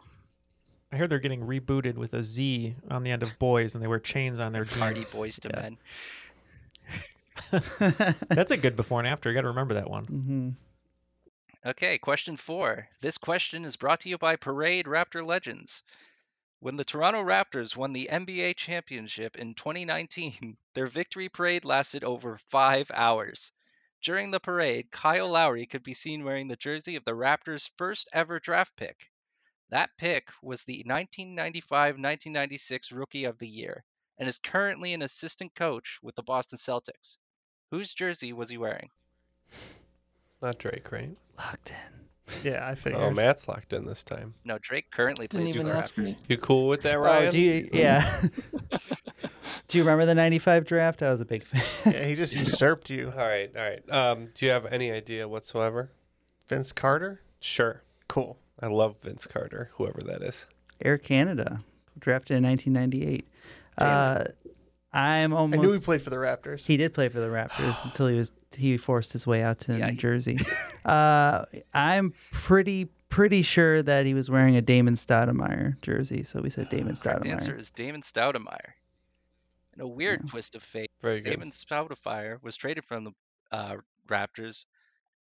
I hear they're getting rebooted with a Z on the end of boys, and they wear chains on their jeans. Hardy Boys to men. That's a good before and after. You got to remember that one. Mm-hmm. Okay, question four. This question is brought to you by Parade Raptor Legends. When the Toronto Raptors won the NBA championship in 2019, their victory parade lasted over five hours. During the parade, Kyle Lowry could be seen wearing the jersey of the Raptors' first ever draft pick. That pick was the 1995 1996 Rookie of the Year and is currently an assistant coach with the Boston Celtics. Whose jersey was he wearing? It's not Drake, right? Locked in. Yeah, I figured. Oh, Matt's locked in this time. No, Drake currently Didn't plays for even the ask Raptors. me. You cool with that, Ryan? Oh, do you? Yeah. do you remember the '95 draft? I was a big fan. Yeah, he just usurped you. All right, all right. Um, do you have any idea whatsoever? Vince Carter? Sure. Cool. I love Vince Carter, whoever that is. Air Canada, drafted in 1998. Uh, I'm almost. he played for the Raptors. He did play for the Raptors until he was he forced his way out to Yeah, New he- Jersey. uh, I'm pretty pretty sure that he was wearing a Damon Stoudemire jersey, so we said Damon The answer Stoudemire. is Damon Stoudemire. In a weird twist of fate, Very good. Damon Stoudemire was traded from the uh, Raptors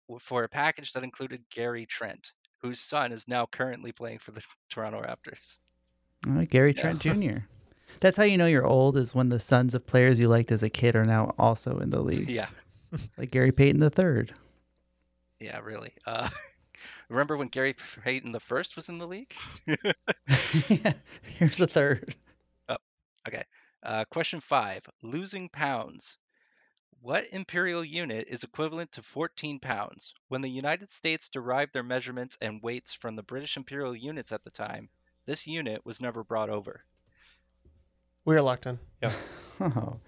w- for a package that included Gary Trent, whose son is now currently playing for the Toronto Raptors. Uh, Gary Trent Jr. That's how you know you're old is when the sons of players you liked as a kid are now also in the league. Yeah. like Gary Payton the third. Yeah, really. Uh, remember when Gary Payton the first was in the league? Here's the third. Oh, okay. Uh, question five: Losing pounds. What imperial unit is equivalent to 14 pounds? When the United States derived their measurements and weights from the British imperial units at the time, this unit was never brought over. We are locked in. Yeah. Oh.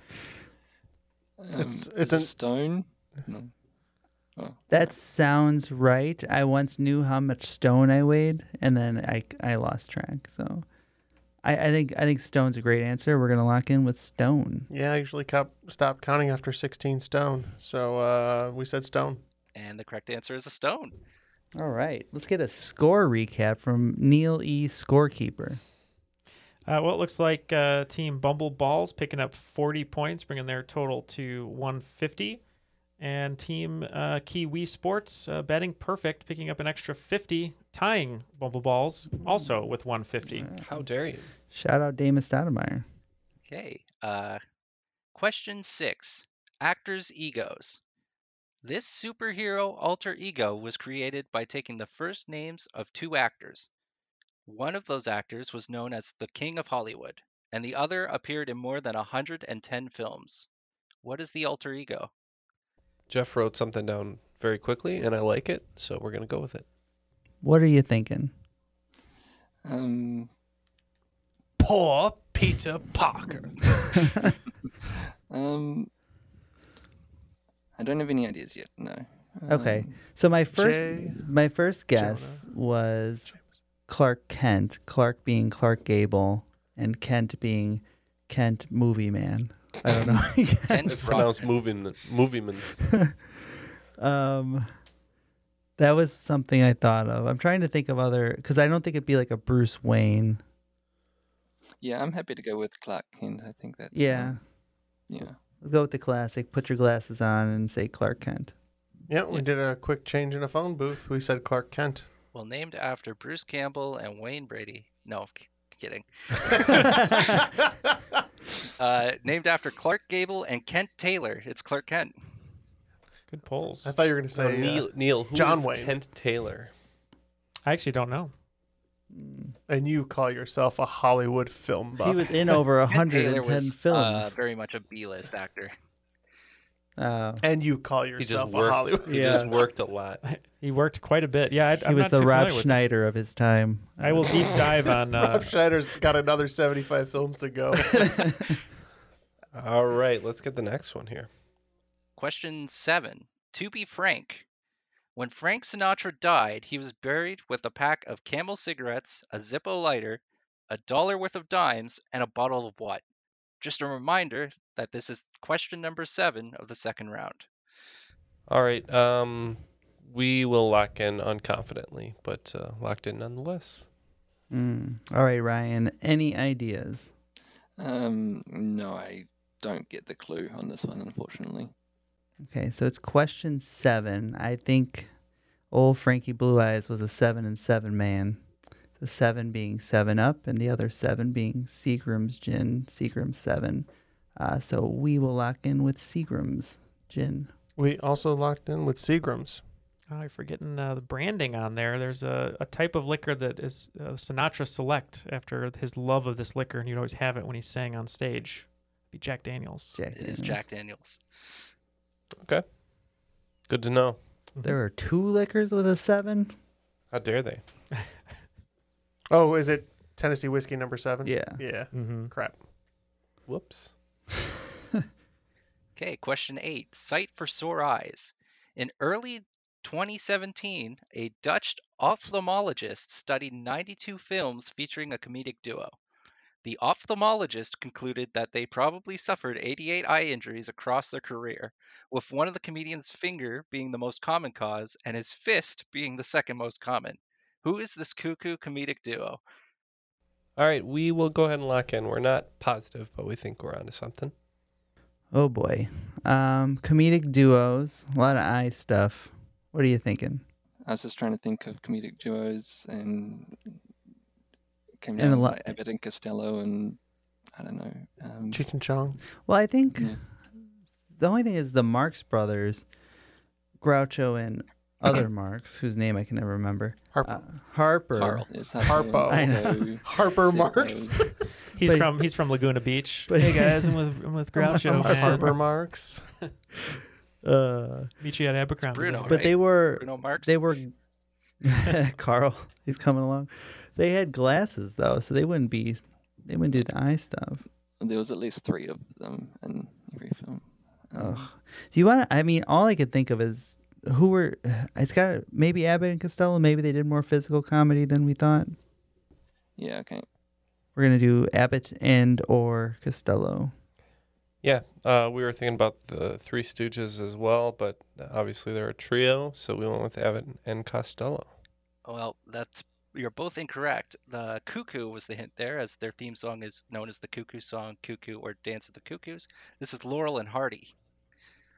It's it's an um, stone. No. That sounds right. I once knew how much stone I weighed, and then I, I lost track. So, I, I think I think stone's a great answer. We're gonna lock in with stone. yeah. I usually cop, stop counting after 16 stone. So uh, we said stone. And the correct answer is a stone. All right, let's get a score recap from Neil E. Scorekeeper. Uh, well, it looks like uh, Team Bumble Balls picking up 40 points, bringing their total to 150. And Team uh, Kiwi Sports uh, batting perfect, picking up an extra 50, tying Bumble Balls also with 150. How dare you? Shout out Damon Stoudemire. Okay. Uh, question six: Actors' egos. This superhero alter ego was created by taking the first names of two actors. One of those actors was known as the King of Hollywood, and the other appeared in more than 110 films. What is the alter ego? Jeff wrote something down very quickly, and I like it, so we're gonna go with it. What are you thinking? Um, Poor Peter Parker. um, I don't have any ideas yet. No. Okay, Um, so my first Jay- my first guess was Clark Kent. Clark being Clark Gable, and Kent being Kent Movie Man. I don't know. it's pronounced moving movieman. Um, that was something I thought of. I'm trying to think of other because I don't think it'd be like a Bruce Wayne. Yeah, I'm happy to go with Clark Kent. I think that's yeah, um, yeah. Let's go with the classic. Put your glasses on and say Clark Kent. Yeah, we did a quick change in a phone booth. We said Clark Kent. Well, named after Bruce Campbell and Wayne Brady. No, I'm ki- kidding. uh, named after Clark Gable and Kent Taylor. It's Clark Kent. Good polls. I thought you were going to say Neil, uh, Neil who John is Wayne. Kent Taylor. I actually don't know. Mm. And you call yourself a Hollywood film buff. He was in over Kent Taylor 110 was, films. Uh, very much a B-list Uh, actor. Oh. and you call He just yourself a worked- Hollywood. he just worked a lot. He worked quite a bit. Yeah, I, he I'm was not the too Rob familiar with- Schneider of his time. I will deep dive on. Uh, Rob Schneider's got another 75 films to go. All right, let's get the next one here. Question seven. To be frank, when Frank Sinatra died, he was buried with a pack of Camel cigarettes, a Zippo lighter, a dollar worth of dimes, and a bottle of what? Just a reminder that this is question number seven of the second round. All right, um, we will lock in unconfidently, but uh, locked in nonetheless. Mm. All right, Ryan. Any ideas? Um, no, I don't get the clue on this one, unfortunately. Okay, so it's question seven. I think old Frankie Blue Eyes was a seven and seven man. The seven being seven up, and the other seven being Seagram's gin, Seagram's seven. Uh, so we will lock in with Seagram's gin. we also locked in with Seagrams. Oh, you're forgetting uh, the branding on there. There's a, a type of liquor that is uh, Sinatra Select after his love of this liquor, and you'd always have it when he sang on stage. It'd be Jack Daniels. Jack It is Jack Daniels. Okay, good to know. Mm-hmm. There are two liquors with a seven. How dare they? Oh, is it Tennessee Whiskey number seven? Yeah. Yeah. Mm-hmm. Crap. Whoops. Okay, question eight Sight for Sore Eyes. In early 2017, a Dutch ophthalmologist studied 92 films featuring a comedic duo. The ophthalmologist concluded that they probably suffered 88 eye injuries across their career, with one of the comedian's finger being the most common cause and his fist being the second most common. Who is this cuckoo comedic duo? All right, we will go ahead and lock in. We're not positive, but we think we're onto something. Oh boy. Um, comedic duos, a lot of eye stuff. What are you thinking? I was just trying to think of comedic duos and And came down a with, lot- like Abbott and Costello and I don't know. Um, Cheech and Chong. Well, I think Yeah. the only thing is the Marx brothers, Groucho and other Marx, whose name I can never remember. Uh, Harper. Harper. Carl, yes, Harpo. Harpo. I know. Harper Marks. He's But- from he's from Laguna Beach. but- hey guys, I'm with I'm with Groucho. I'm man. Harper Marks. Uh, Meet you at Abercrombie. Bruno, later. but right? they were Bruno Marx? they were Carl. He's coming along. They had glasses though, so they wouldn't be they wouldn't do the eye stuff. There was at least three of them in every film. Ugh. Do you want to? I mean, all I could think of is who were. It's got maybe Abbott and Costello. Maybe they did more physical comedy than we thought. Yeah, okay. We're gonna do Abbott and or Costello. Yeah, uh, we were thinking about the Three Stooges as well, but obviously they're a trio, so we went with Abbott and Costello. Well, that's you're both incorrect. The cuckoo was the hint there, as their theme song is known as the Cuckoo Song, Cuckoo, or Dance of the Cuckoos. This is Laurel and Hardy.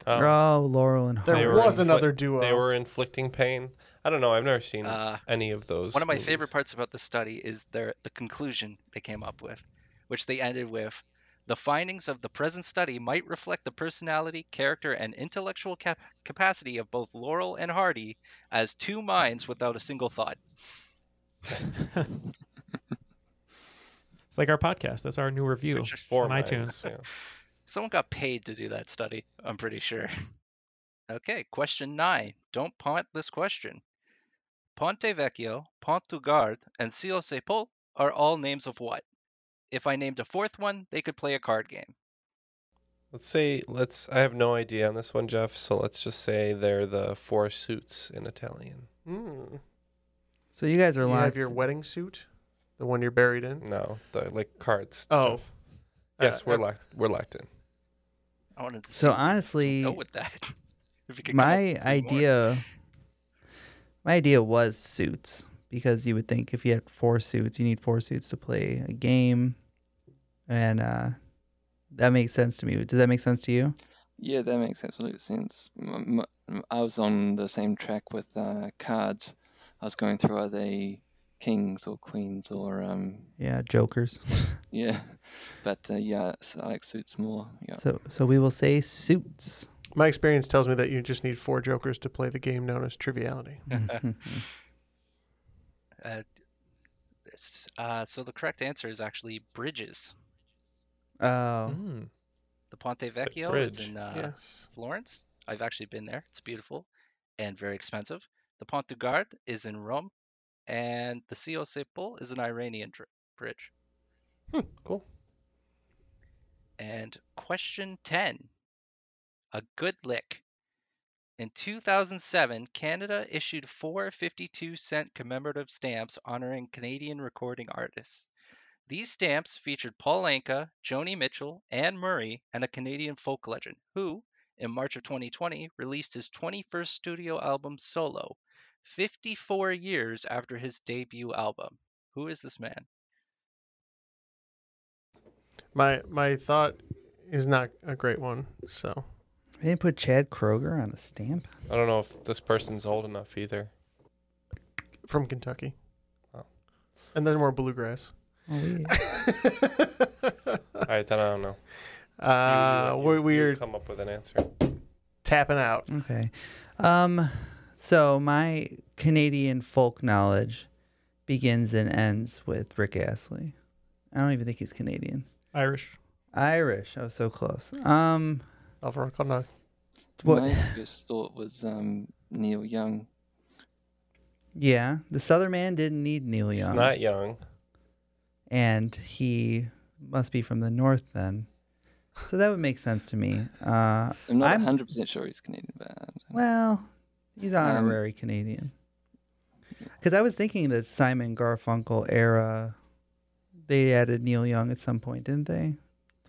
Um, oh, Laurel and There Hardy. they were was inflict- another duo. They were inflicting pain. I don't know. I've never seen Uh, any of those. One of my movies. favorite parts about the study is their the conclusion they came up with, which they ended with. The findings of the present study might reflect the personality, character, and intellectual cap- capacity of both Laurel and Hardy as two minds without a single thought. it's like our podcast. That's our new review Which is on minds, iTunes. yeah. Someone got paid to do that study, I'm pretty sure. Okay, question nine. Don't punt this question. Ponte Vecchio, Pont du Gard, and Silo Sepol are all names of what? If I named a fourth one, they could play a card game. Let's say let's. I have no idea on this one, Jeff. So let's just say they're the four suits in Italian. Mm. So you guys are You live. have your wedding suit, the one you're buried in. No, the like cards. Oh, Jeff. yes, Uh, we're uh, locked. We're locked in. I wanted to so see where you honestly, go with that. If you could come up my with two more. idea, my idea was suits because you would think if you had four suits, you need four suits to play a game, and uh, that makes sense to me. Does that make sense to you? Yeah, that makes absolute sense. M- m- m- I was on the same track with uh, cards. I was going through are they kings or queens or um Yeah, jokers. yeah, but uh, yeah, s- I like suits more. Yeah, So so we will say suits. My experience tells me that you just need four jokers to play the game known as Triviality. Uh, s- uh, so the correct answer is actually bridges. Oh, Mm. The Ponte Vecchio is bridge, in uh, yes. Florence. I've actually been there. It's beautiful and very expensive. The Pont du Gard is in Rome, and the Sio Sepol is an Iranian dr- bridge. Hmm, cool. And question 10 A good lick. In 2007, Canada issued four 52 cent commemorative stamps honoring Canadian recording artists. These stamps featured Paul Anka, Joni Mitchell, Anne Murray, and a Canadian folk legend who, in March of 2020, released his 21st studio album solo, 54 years after his debut album. Who is this man? My my thought is not a great one. So they didn't put Chad Kroger on a stamp. I don't know if this person's old enough either. from Kentucky, Oh. and then more bluegrass. Oh, we- All right, then I don't know. You- you- uh, you- we're you we're come up with an answer. tapping out. okay. Um, so my Canadian folk knowledge begins and ends with Rick Astley. I don't even think he's Canadian. Irish. Irish. I was so close. Um, Hmm. Alvaro Connacht. what? my first thought was um Neil Young. Yeah, the Southern man didn't need Neil It's Young, not young. and he must be from the north then. So that would make sense to me. Uh, I'm not I'm- 100 percent sure he's Canadian, but I don't know. Well, he's Um, honorary Canadian. Because I was thinking that Simon Garfunkel era they added Neil Young at some point, didn't they?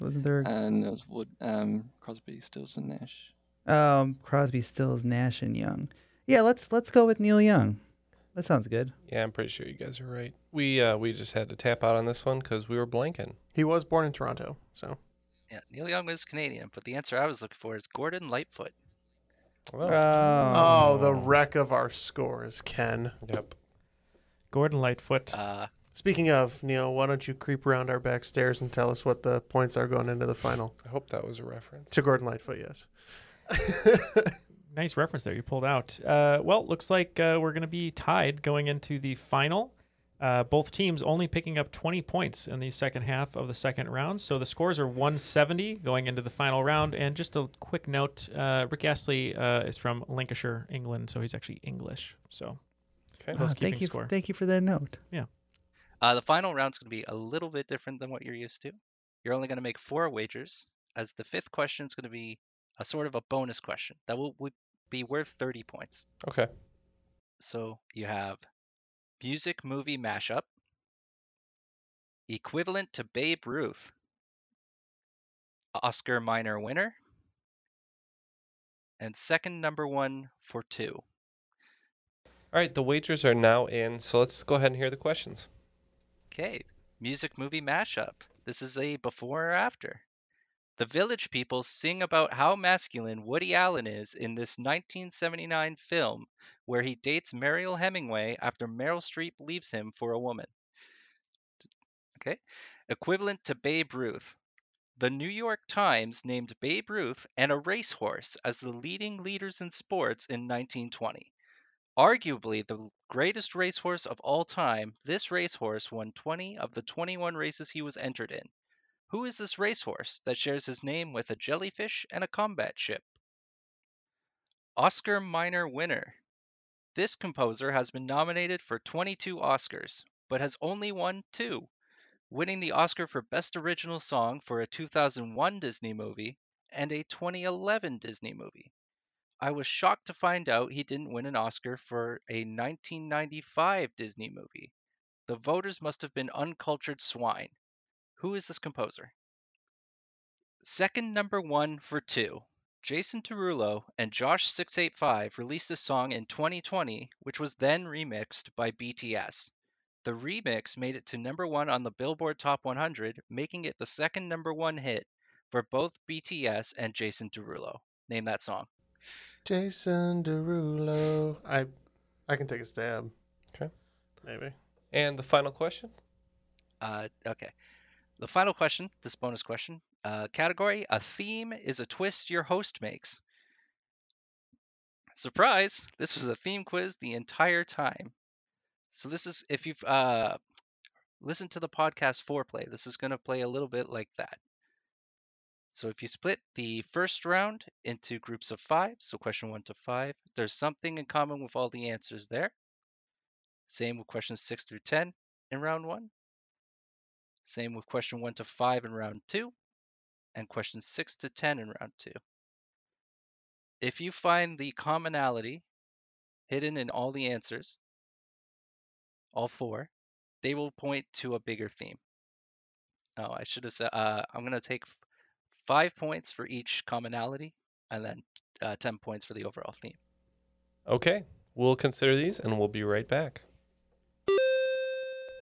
Wasn't there? And it was Wood, um, Crosby, Stills, and Nash. Uh, Um, Crosby, Stills, Nash, and Young. Yeah, let's let's go with Neil Young. That sounds good. Yeah, I'm pretty sure you guys are right. We uh, we just had to tap out on this one because we were blanking. He was born in Toronto, so Yeah, Neil Young was Canadian, but the answer I was looking for is Gordon Lightfoot. oh, the wreck of our scores, Ken. Yep. Gordon Lightfoot. Speaking of Neil, why don't you creep around our back stairs and tell us what the points are going into the final? I hope that was a reference to Gordon Lightfoot. Yes. Nice reference there you pulled out. Uh, well, looks like uh, we're going to be tied going into the final. Uh, both teams only picking up 20 points in the second half of the second round. So the scores are 170 going into the final round. And just a quick note uh, Rick Astley uh, is from Lancashire, England. So he's actually English. So Ah, those keeping thank you, score. thank you for that note. Uh, the final round's going to be a little bit different than what you're used to. You're only going to make four wagers, as the fifth question is going to be a sort of a bonus question that will, would be worth 30 points. Okay. So you have music movie mashup, equivalent to Babe Ruth, Oscar minor winner, and second number one for two. All right, the wagers are now in, so let's go ahead and hear the questions. Okay, music movie mashup. This is a before or after. The village people sing about how masculine Woody Allen is in this 1979 film where he dates Mariel Hemingway after Meryl Streep leaves him for a woman. Okay, equivalent to Babe Ruth. The New York Times named Babe Ruth and a racehorse as the leading leaders in sports in 1920. Arguably the greatest racehorse of all time, this racehorse won 20 of the 21 races he was entered in. Who is this racehorse that shares his name with a jellyfish and a combat ship? Oscar Minor winner. This composer has been nominated for 22 Oscars, but has only won two, winning the Oscar for Best Original Song for a 2001 Disney movie and a 2011 Disney movie. I was shocked to find out he didn't win an Oscar for a 1995 Disney movie. The voters must have been uncultured swine. Who is this composer? Second number one for two. Jason Derulo and Josh685 released a song in 2020, which was then remixed by BTS. The remix made it to number one on the Billboard Top 100, making it the second number one hit for both BTS and Jason Derulo. Name that song. Jason Derulo. I, I can take a stab. Okay. Maybe. And the final question? Uh, okay. The final question, this bonus question, uh, category: a theme is a twist your host makes. Surprise! This was a theme quiz the entire time. So this is if you've uh, listened to the podcast foreplay, this is going to play a little bit like that. So if you split the first round into groups of five, so question one to five, there's something in common with all the answers there. Same with questions six through ten in round one. Same with question 1 to 5 in round 2 and question 6 to 10 in round 2. If you find the commonality hidden in all the answers, all four, they will point to a bigger theme. Oh, I should have said, uh, I'm going to take f- five points for each commonality and then uh, 10 points for the overall theme. Okay, we'll consider these and we'll be right back.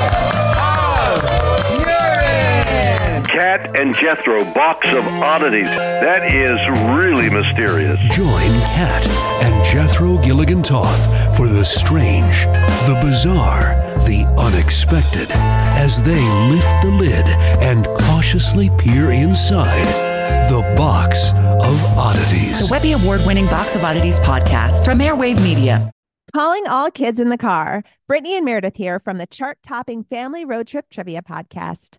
Oh, Cat and Jethro, box of oddities. That is really mysterious. Join Kat and Jethro Gilligan Toth for the strange, the bizarre, the unexpected as they lift the lid and cautiously peer inside the box of oddities. The Webby Award winning Box of Oddities podcast from Airwave Media. Calling all kids in the car. Brittany and Meredith here from the chart topping Family Road Trip Trivia Podcast.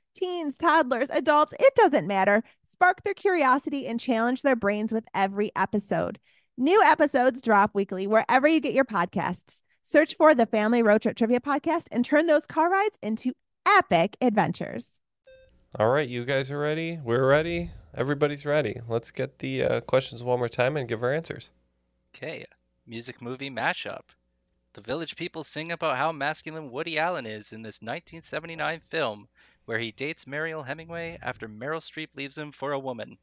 teens, toddlers, adults, it doesn't matter. Spark their curiosity and challenge their brains with every episode. New episodes drop weekly wherever you get your podcasts. Search for the Family Road Trip Trivia Podcast and turn those car rides into epic adventures. All right, you guys are ready. We're ready. Everybody's ready. Let's get the uh, questions one more time and give our answers. Okay, music movie mashup. The village people sing about how masculine Woody Allen is in this 1979 film where he dates Mariel Hemingway after Meryl Streep leaves him for a woman.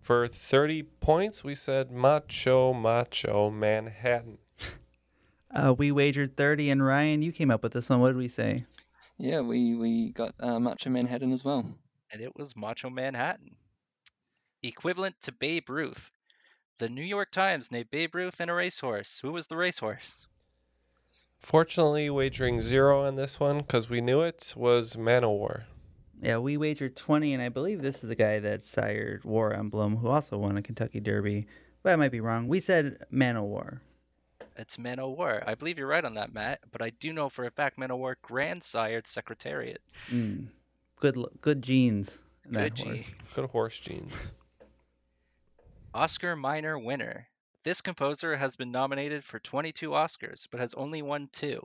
For 30 points, we said Macho Macho Manhattan. Uh, we wagered 30, and Ryan, you came up with this one. What did we say? Yeah, we, we got uh, Macho Manhattan as well. And it was Macho Manhattan. Equivalent to Babe Ruth. The New York Times named Babe Ruth in a racehorse. Who was the racehorse? Fortunately, wagering zero on this one because we knew it was Manowar. Yeah, we wagered 20, and I believe this is the guy that sired War Emblem, who also won a Kentucky Derby. But I might be wrong. We said Man o' War. It's Man o' War. I believe you're right on that, Matt, but I do know for a fact Man o' War grandsired Secretariat. Mm. Good, l- good genes. in that Good horse. gene. Good horse genes. Oscar Minor winner. This composer has been nominated for 22 Oscars, but has only won two,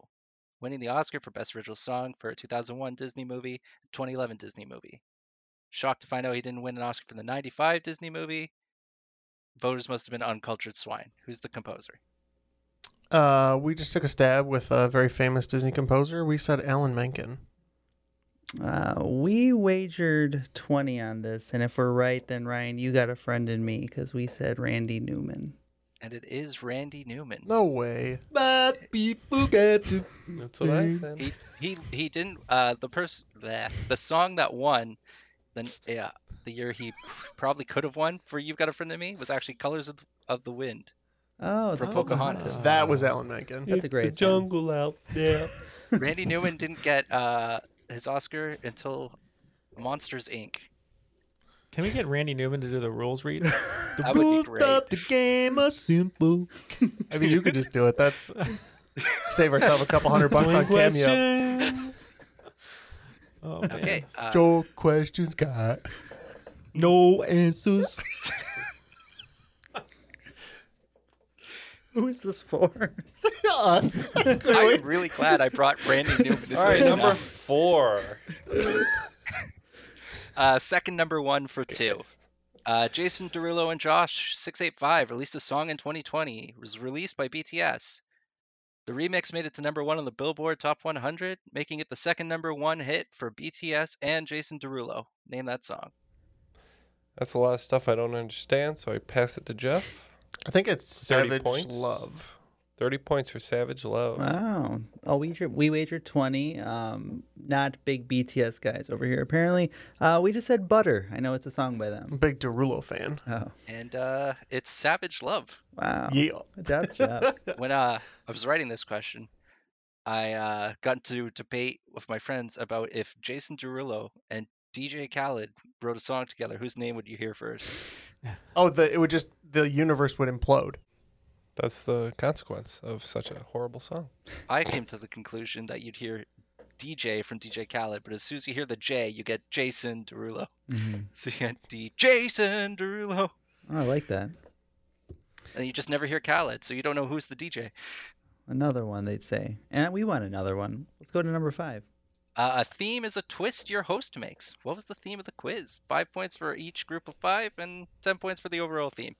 winning the Oscar for Best Original Song for a 2001 Disney movie, 2011 Disney movie. Shocked to find out he didn't win an Oscar for the 95 Disney movie. Voters must have been uncultured swine. Who's the composer? Uh, we just took a stab with a very famous Disney composer. We said Alan Menken. Uh, we wagered 20 on this, and if we're right, then Ryan, you got a friend in me because we said Randy Newman. And it is Randy Newman. No way. That's what I said. He he he didn't. Uh, the person the the song that won, then yeah, the year he probably could have won for "You've Got a Friend in Me" was actually "Colors of, of the Wind." Oh, from Pocahontas. That was Alan Menken. That's a great song. jungle out there. Randy Newman didn't get uh, his Oscar until Monsters Inc. Can we get Randy Newman to do the rules read? That would be great. up the game of simple. I mean, you could just do it. That's save ourselves a couple hundred bucks on Joy Cameo. Oh, man. Okay, uh, Joe questions got no answers. Who is this for? Us. I'm really glad I brought Randy Newman. into All right, this number now. four. Uh, second number one for two. Uh, Jason Derulo and Josh 685 released a song in 2020. It was released by BTS. The remix made it to number one on the Billboard Top 100, making it the second number one hit for BTS and Jason Derulo. Name that song. That's a lot of stuff I don't understand, so I pass it to Jeff. I think it's 30 Savage Love. 30 points for Savage Love. Wow. Oh, we wager, we wagered 20. Um, not big BTS guys over here, apparently. Uh, we just said Butter. I know it's a song by them. big Derulo fan. Oh, And uh, it's Savage Love. wow. Yeah. Good job. when uh, I was writing this question, I uh, got into debate with my friends about if Jason Derulo and DJ Khaled wrote a song together, whose name would you hear first? Oh, the it would just the universe would implode. That's the consequence of such a horrible song. I came to the conclusion that you'd hear DJ from DJ Khaled, but as soon as you hear the J, you get Jason Derulo. So you get D Jason Derulo, Mm-hmm. Oh, I like that. and you just never hear Khaled, so you don't know who's the DJ. Another one, they'd say. And we want another one. Let's go to number five. Uh, a theme is a twist your host makes. What was the theme of the quiz? Five points for each group of five, and ten points for the overall theme.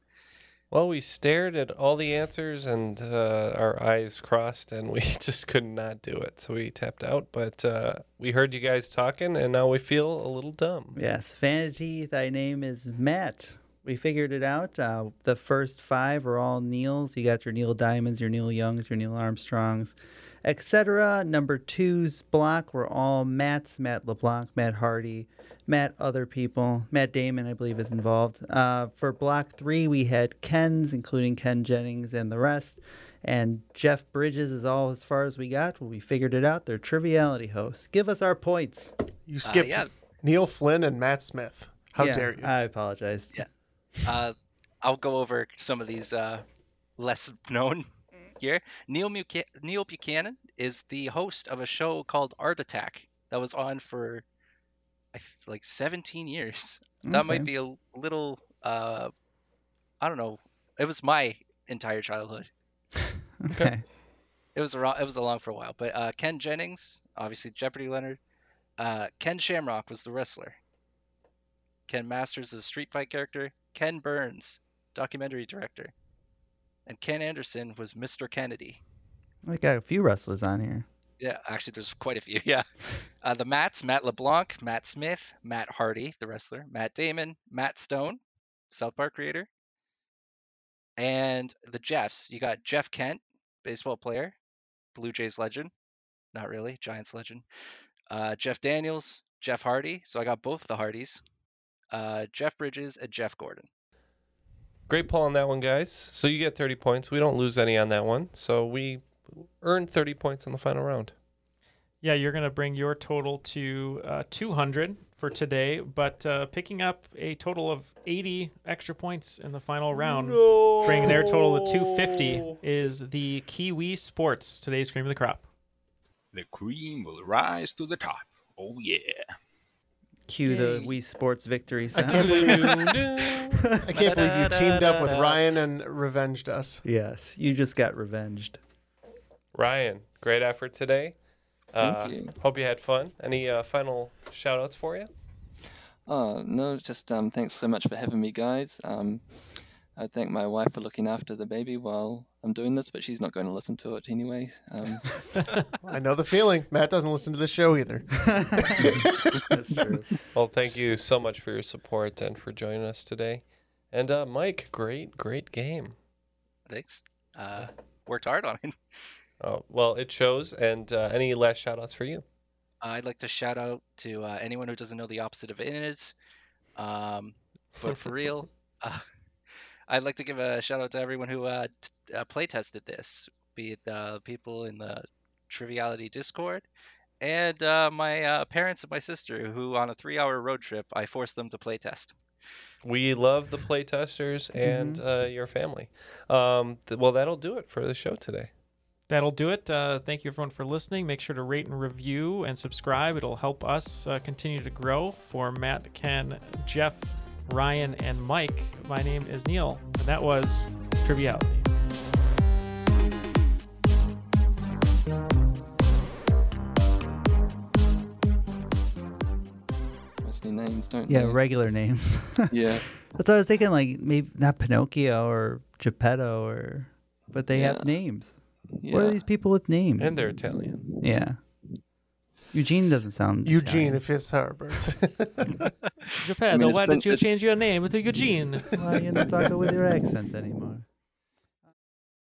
Well, we stared at all the answers and uh, our eyes crossed, and we just could not do it. So we tapped out, but uh, we heard you guys talking, and now we feel a little dumb. Yes, Vanity, thy name is Matt. We figured it out. Uh, the first five are all Neils. You got your Neil Diamonds, your Neil Youngs, your Neil Armstrongs, etc. Number two's block were all Matt's, Matt LeBlanc, Matt Hardy, Matt other people. Matt Damon, I believe, is involved. Uh, for block three, we had Ken's, including Ken Jennings and the rest. And Jeff Bridges is all as far as we got. We figured it out. They're triviality hosts. Give us our points. You skipped Neil Flynn and Matt Smith. How Yeah, dare you? I apologize. Yeah. Uh, I'll go over some of these uh, less known here. Neil, Muca- Neil Buchanan is the host of a show called Art Attack that was on for I f- like 17 years. That Okay. might be a little, uh, I don't know. It was my entire childhood. Okay. It was around, it was along for a while, but uh, Ken Jennings, obviously Jeopardy Leonard, uh, Ken Shamrock was the wrestler. Ken Masters is a Street Fight character. Ken Burns, documentary director, and Ken Anderson was Mr. Kennedy. We got a few wrestlers on here. Yeah, actually, there's quite a few. Yeah, uh, the Matts: Matt LeBlanc, Matt Smith, Matt Hardy, the wrestler, Matt Damon, Matt Stone, South Park creator, and the Jeffs. You got Jeff Kent, baseball player, Blue Jays legend, not really Giants legend. Uh, Jeff Daniels, Jeff Hardy. So I got both the Hardys, uh, Jeff Bridges, and Jeff Gordon. Great pull on that one, guys. So you get 30 points. We don't lose any on that one. So we earned 30 points in the final round. Yeah, you're going to bring your total to uh, 200 for today, but uh, picking up a total of 80 extra points in the final round, bringing their total to 250, is the Kiwi Sports, today's cream of the crop. The cream will rise to the top. Oh yeah. Cue the Wii Sports victory I sound. can't believe you. I can't believe you teamed up with Ryan and revenged us. Yes, you just got revenged. Ryan, great effort today. Thank Uh, you. Hope you had fun. Any uh, final shout outs for you? Oh, no, just um, thanks so much for having me, guys. Um, I thank my wife for looking after the baby while I'm doing this, but she's not going to listen to it anyway. Um, I know the feeling. Matt doesn't listen to this show either. That's true. Well, thank you so much for your support and for joining us today. And uh, Mike, great, great game. Thanks. Uh, worked hard on it. Oh, well, it shows. And uh, any last shout outs for you? I'd like to shout out to uh, anyone who doesn't know the opposite of in is. Um, but for real, uh, I'd like to give a shout out to everyone who uh, t- uh, play tested this, be it uh, people in the Triviality Discord and uh, my uh, parents and my sister, who on a three hour road trip, I forced them to play test. We love the playtesters and uh, your family. Um, th- well, that'll do it for the show today. That'll do it. Uh, thank you, everyone, for listening. Make sure to rate and review and subscribe. It'll help us uh, continue to grow. For Matt, Ken, Jeff, Ryan, and Mike, my name is Neil, and that was Triviality. mostly names, don't Yeah, they? regular names. Yeah. That's what I was thinking, like maybe not Pinocchio or Geppetto or but they Yeah. have names. What are Yeah. these people with names? And they're Italian. Yeah. Eugene doesn't sound Eugene, if it's Herbert. Geppetto, I mean, it's why been- don't you it's- change your name to Eugene? Italian. Why you not talking with your accent anymore?